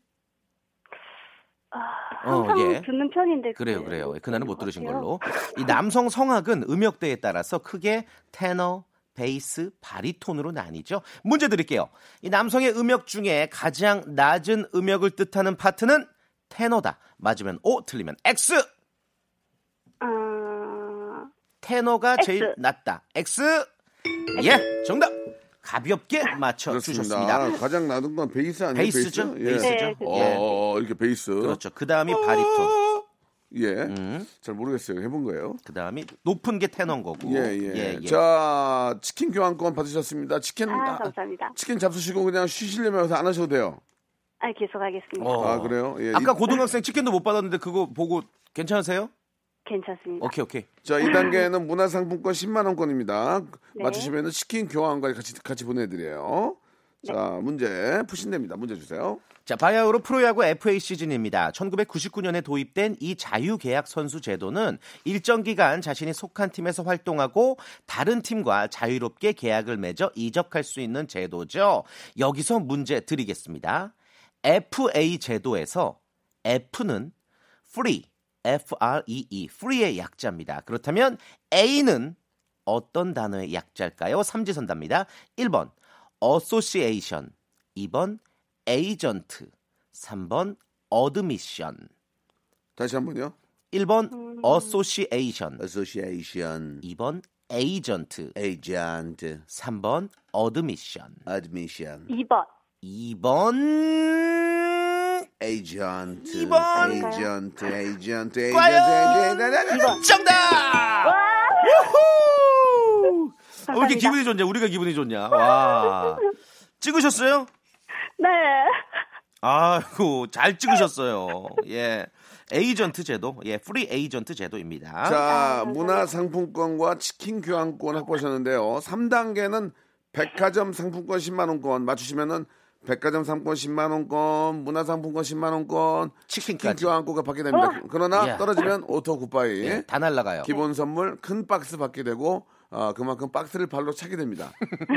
Speaker 12: 아,
Speaker 6: 예.
Speaker 12: 항상 그 듣는 편인데.
Speaker 6: 어, 그래요, 그래요. 그날은 못 들으신
Speaker 12: 같아요.
Speaker 6: 걸로. 이 남성 성악은 음역대에 따라서 크게 테너, 베이스, 바리톤으로 나뉘죠. 문제 드릴게요. 이 남성의 음역 중에 가장 낮은 음역을 뜻하는 파트는 테너다. 맞으면 O, 틀리면 X.
Speaker 12: 아,
Speaker 6: 테너가 제일 낮다. X. 예, 정답. 가볍게 맞춰 주셨습니다.
Speaker 3: 그렇습니다. 가장 낮은 건 베이스 아니에요?
Speaker 6: 베이스죠?
Speaker 3: 베이스?
Speaker 6: 베이스죠? 네,
Speaker 3: 어,
Speaker 6: 예.
Speaker 3: 어, 이렇게 베이스.
Speaker 6: 그렇죠. 음. 그 다음이
Speaker 3: 아.
Speaker 6: 바리톤.
Speaker 3: 예. 잘 모르겠어요. 해본 거예요.
Speaker 6: 그 다음이 높은 게 테너인 거고.
Speaker 3: 예, 예. 자, 치킨 교환권 받으셨습니다. 치킨
Speaker 12: 아,
Speaker 3: 아,
Speaker 12: 감사합니다.
Speaker 3: 치킨 잡수시고 그냥 쉬시려면 여기서 안 하셔도 돼요.
Speaker 12: 아, 계속 하겠습니다.
Speaker 6: 어.
Speaker 3: 아, 그래요? 예.
Speaker 6: 아까
Speaker 3: 이-
Speaker 6: 고등학생 치킨도 못 받았는데 그거 보고 괜찮으세요?
Speaker 12: 괜찮습니다.
Speaker 6: 오케이 오케이.
Speaker 3: 자, 2단계는 문화상품권 10만 원권입니다.
Speaker 12: 네.
Speaker 3: 맞추시면 치킨 교환권 같이 같이 보내 드려요. 자, 문제 푸신 됩니다. 문제 주세요.
Speaker 6: 자, 바야흐로 프로야구 FA 시즌입니다. 1999년에 도입된 이 자유계약 선수 제도는 일정 기간 자신이 속한 팀에서 활동하고 다른 팀과 자유롭게 계약을 맺어 이적할 수 있는 제도죠. 여기서 문제 드리겠습니다. FA 제도에서 F는 free, F-R-E-E, E, free의 약자입니다. 그렇다면 A는 어떤 단어의 약자일까요? 삼지선답니다. 1번 association, 2번 에이전트, 3번 어드미션.
Speaker 3: 다시 한 번요.
Speaker 6: 1번 association,
Speaker 3: association.
Speaker 6: 2번 에이전트,
Speaker 3: 에이전트.
Speaker 6: 3번 어드미션.
Speaker 3: admission.
Speaker 12: 2번.
Speaker 6: 2번
Speaker 3: 에이전트.
Speaker 6: 이번.
Speaker 3: 에이전트. 에이전트. 에이전트.
Speaker 6: 과연
Speaker 3: 에이전트.
Speaker 6: 정답! 우후! 왜 이렇게 기분이 좋냐? 우리가 기분이 좋냐? 와. 찍으셨어요?
Speaker 12: 네.
Speaker 6: 아이고, 잘 찍으셨어요. 예. 에이전트 제도, 예, 프리 에이전트 제도입니다.
Speaker 3: 자, 문화상품권과 치킨 교환권 확보하셨는데요. 3단계는 백화점 상품권 10만원권 맞추시면은 백화점 상품권 10만원권, 문화상품권 10만원권, 치킨 교환권과 받게 됩니다.
Speaker 6: 우와.
Speaker 3: 그러나
Speaker 6: 예.
Speaker 3: 떨어지면 오토 굿바이.
Speaker 6: 예, 다 날라가요.
Speaker 3: 기본 선물 큰 박스 받게 되고, 아, 그만큼 박스를 발로 차게 됩니다.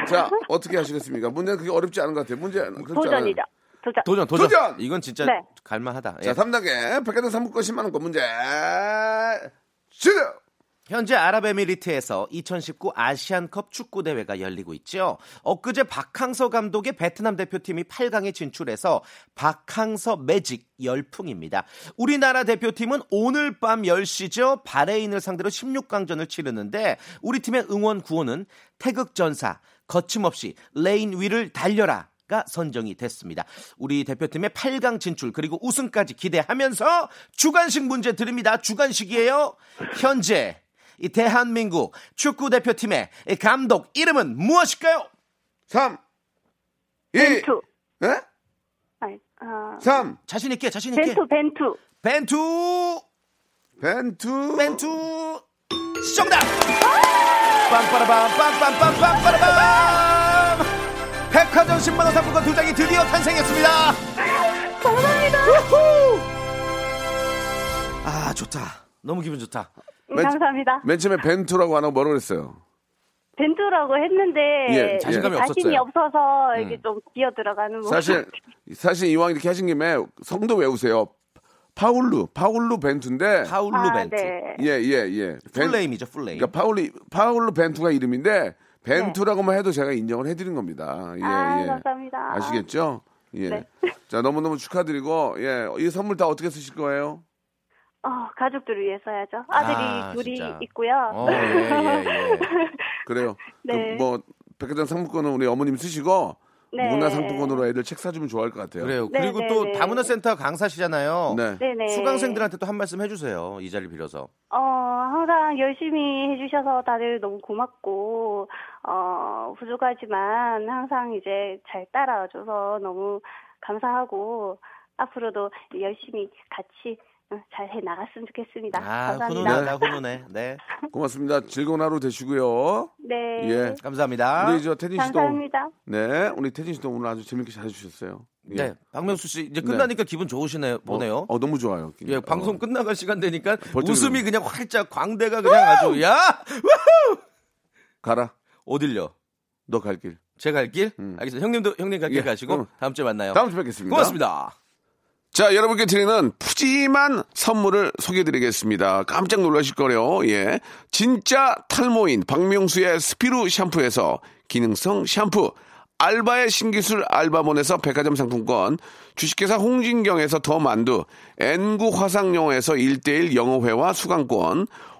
Speaker 3: 자, 어떻게 하시겠습니까? 문제는 그게 어렵지 않은 것 같아요. 문제 그렇지 않아요.
Speaker 12: 도전이죠. 도전.
Speaker 6: 도전, 도전.
Speaker 3: 도전!
Speaker 6: 이건 진짜
Speaker 12: 네.
Speaker 6: 갈만하다. 예.
Speaker 3: 자, 3단계 백화점 상품권 10만원권 문제 주세요!
Speaker 6: 현재 아랍에미리트에서 2019 아시안컵 축구 대회가 열리고 있죠. 엊그제 박항서 감독의 베트남 대표팀이 8강에 진출해서 박항서 매직 열풍입니다. 우리나라 대표팀은 오늘 밤 10시죠. 바레인을 상대로 16강전을 치르는데 우리 팀의 응원 구호는 태극전사 거침없이 레인 위를 달려라. 가 선정이 됐습니다. 우리 대표팀의 8강 진출 그리고 우승까지 기대하면서 주간식 문제 드립니다. 주간식이에요. 현재 이 대한민국 축구 대표팀의 이 감독 이름은 무엇일까요?
Speaker 3: 3, 2, 예?
Speaker 12: 아니, 아,
Speaker 3: 3.
Speaker 6: 자신 있게, 자신 있게.
Speaker 12: 벤투, 음, 벤투.
Speaker 6: 벤투!
Speaker 3: 벤투!
Speaker 6: 벤투! 정답! 빰빠라밤, 빰빰빰, 빰빠라밤! 백화점 10만원 상품권 두 장이 드디어 탄생했습니다!
Speaker 12: 감사합니다!
Speaker 6: 아, 좋다. 너무 기분 좋다.
Speaker 3: 맨-
Speaker 12: 감사합니다.
Speaker 3: 맨 처음에 벤투라고 안 하고 뭐라고 그랬어요?
Speaker 12: 벤투라고 했는데
Speaker 3: 예, 자신감이
Speaker 12: 자신이
Speaker 3: 없었어요.
Speaker 12: 없어서 이게
Speaker 3: 음.
Speaker 12: 좀 기어 들어가는 뭐 부분.
Speaker 3: 사실 사실 이왕 이렇게 하신 김에 성도 외우세요. 파울루 파울루 벤투인데
Speaker 6: 파울루
Speaker 12: 아, 벤투. 네.
Speaker 3: 예예 예.
Speaker 6: 풀네임이죠, 풀네임.
Speaker 3: 그러니까 파울리 파울루 벤투가 이름인데 벤투라고만 뭐 해도 제가 인정을 해드린 겁니다. 예
Speaker 12: 아,
Speaker 3: 예.
Speaker 12: 감사합니다.
Speaker 3: 아시겠죠? 예.
Speaker 12: 네.
Speaker 3: 자 너무 너무 축하드리고 예이 선물 다 어떻게 쓰실 거예요?
Speaker 12: 어, 가족들을 위해서야죠. 아들이
Speaker 3: 아,
Speaker 12: 둘이
Speaker 3: 진짜.
Speaker 12: 있고요.
Speaker 3: 어, 예, 예, 예. 그래요.
Speaker 12: 네.
Speaker 3: 그뭐 백화점 상품권은 우리 어머님 쓰시고
Speaker 12: 네.
Speaker 3: 문화 상품권으로 애들 책 사주면 좋아할 것 같아요.
Speaker 6: 그래요.
Speaker 12: 네,
Speaker 6: 그리고
Speaker 12: 네,
Speaker 6: 또
Speaker 12: 네.
Speaker 6: 다문화센터 강사시잖아요.
Speaker 3: 네.
Speaker 12: 네, 네.
Speaker 6: 수강생들한테 또 한 말씀 해주세요. 이 자리를 빌어서.
Speaker 12: 어, 항상 열심히 해주셔서 다들 너무 고맙고, 어, 부족하지만 항상 이제 잘 따라줘서 너무 감사하고, 앞으로도 열심히 같이 어, 잘 해 나갔으면 좋겠습니다.
Speaker 6: 아,
Speaker 12: 네, 감사합니다.
Speaker 6: 훈훈하다, 훈훈해. 네.
Speaker 3: 고맙습니다. 즐거운 하루 되시고요.
Speaker 12: 네.
Speaker 3: 예.
Speaker 6: 감사합니다.
Speaker 3: 우리 저 태진 씨도
Speaker 12: 감사합니다.
Speaker 3: 네, 우리 태진 씨도 오늘 아주 재밌게 잘 해주셨어요. 예.
Speaker 6: 네, 박명수 씨 이제 끝나니까 기분 좋으시네요. 보네요.
Speaker 3: 어, 너무 좋아요. 어,
Speaker 6: 예, 방송 끝나갈 시간 되니까
Speaker 3: 벌떡
Speaker 6: 웃음이 그냥 활짝 광대가 그냥 아주 야, 우후!
Speaker 3: 가라.
Speaker 6: 어딜요?
Speaker 3: 너 갈 길.
Speaker 6: 제 갈 길? 알겠습니다. 형님도 형님 갈 길
Speaker 3: 예,
Speaker 6: 가시고
Speaker 3: 음.
Speaker 6: 다음 주에 만나요.
Speaker 3: 다음 주에 뵙겠습니다.
Speaker 6: 고맙습니다.
Speaker 3: 자, 여러분께 드리는 푸짐한 선물을 소개해드리겠습니다. 깜짝 놀라실 거래요. 예. 진짜 탈모인 박명수의 스피루 샴푸에서 기능성 샴푸. 알바의 신기술 알바몬에서 백화점 상품권, 주식회사 홍진경에서 더 만두, N구 화상영어에서 1대1 영어회화 수강권,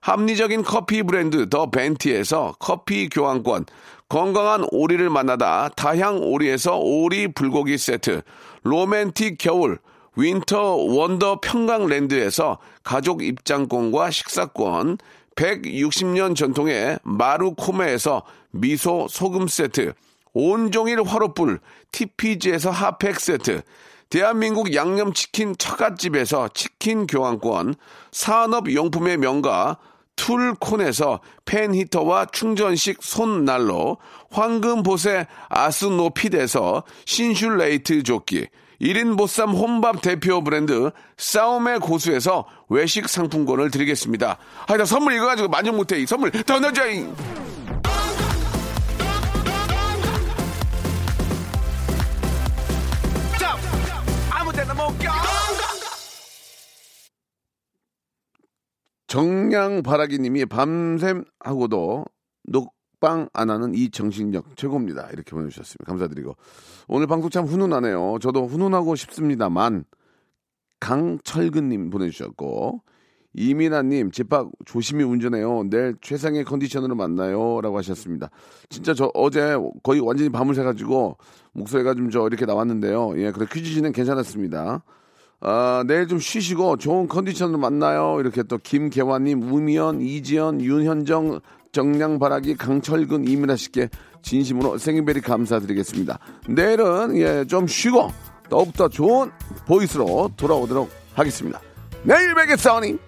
Speaker 3: 합리적인 커피 브랜드 더 벤티에서 커피 교환권, 건강한 오리를 만나다 다향 오리에서 오리 불고기 세트, 로맨틱 겨울, 윈터 원더 평강랜드에서 가족 입장권과 식사권, 160년 전통의 마루코메에서 미소 소금 세트, 온종일 화로불 TPG에서 핫팩 세트, 대한민국 양념치킨 처갓집에서 치킨 교환권, 산업용품의 명가 툴콘에서 팬히터와 충전식 손난로, 황금보세 아스노핏에서 신슐레이트 조끼, 1인 보쌈 혼밥 대표 브랜드 싸움의 고수에서 외식 상품권을 드리겠습니다. 하여튼 선물 이거 가지고 만족 못해. 이 선물 더 넣어줘잉! 정량바라기님이 밤샘 하고도 녹방 안 하는 이 정신력 최고입니다. 이렇게 보내주셨습니다. 감사드리고 오늘 방송 참 훈훈하네요. 저도 훈훈하고 싶습니다만 강철근님 보내주셨고 이민아님 집합 조심히 운전해요. 내일 최상의 컨디션으로 만나요라고 하셨습니다. 진짜 저 어제 거의 완전히 밤을 새가지고 목소리가 좀 저 이렇게 나왔는데요. 예, 그래 퀴즈지는 괜찮았습니다. 아, 내일 좀 쉬시고 좋은 컨디션으로 만나요. 이렇게 또 김계환님, 우미연, 이지연, 윤현정, 정량바라기, 강철근, 이민아 씨께 진심으로 생일베리 감사드리겠습니다. 내일은 예, 좀 쉬고 더욱더 좋은 보이스로 돌아오도록 하겠습니다. 내일 뵙겠사오니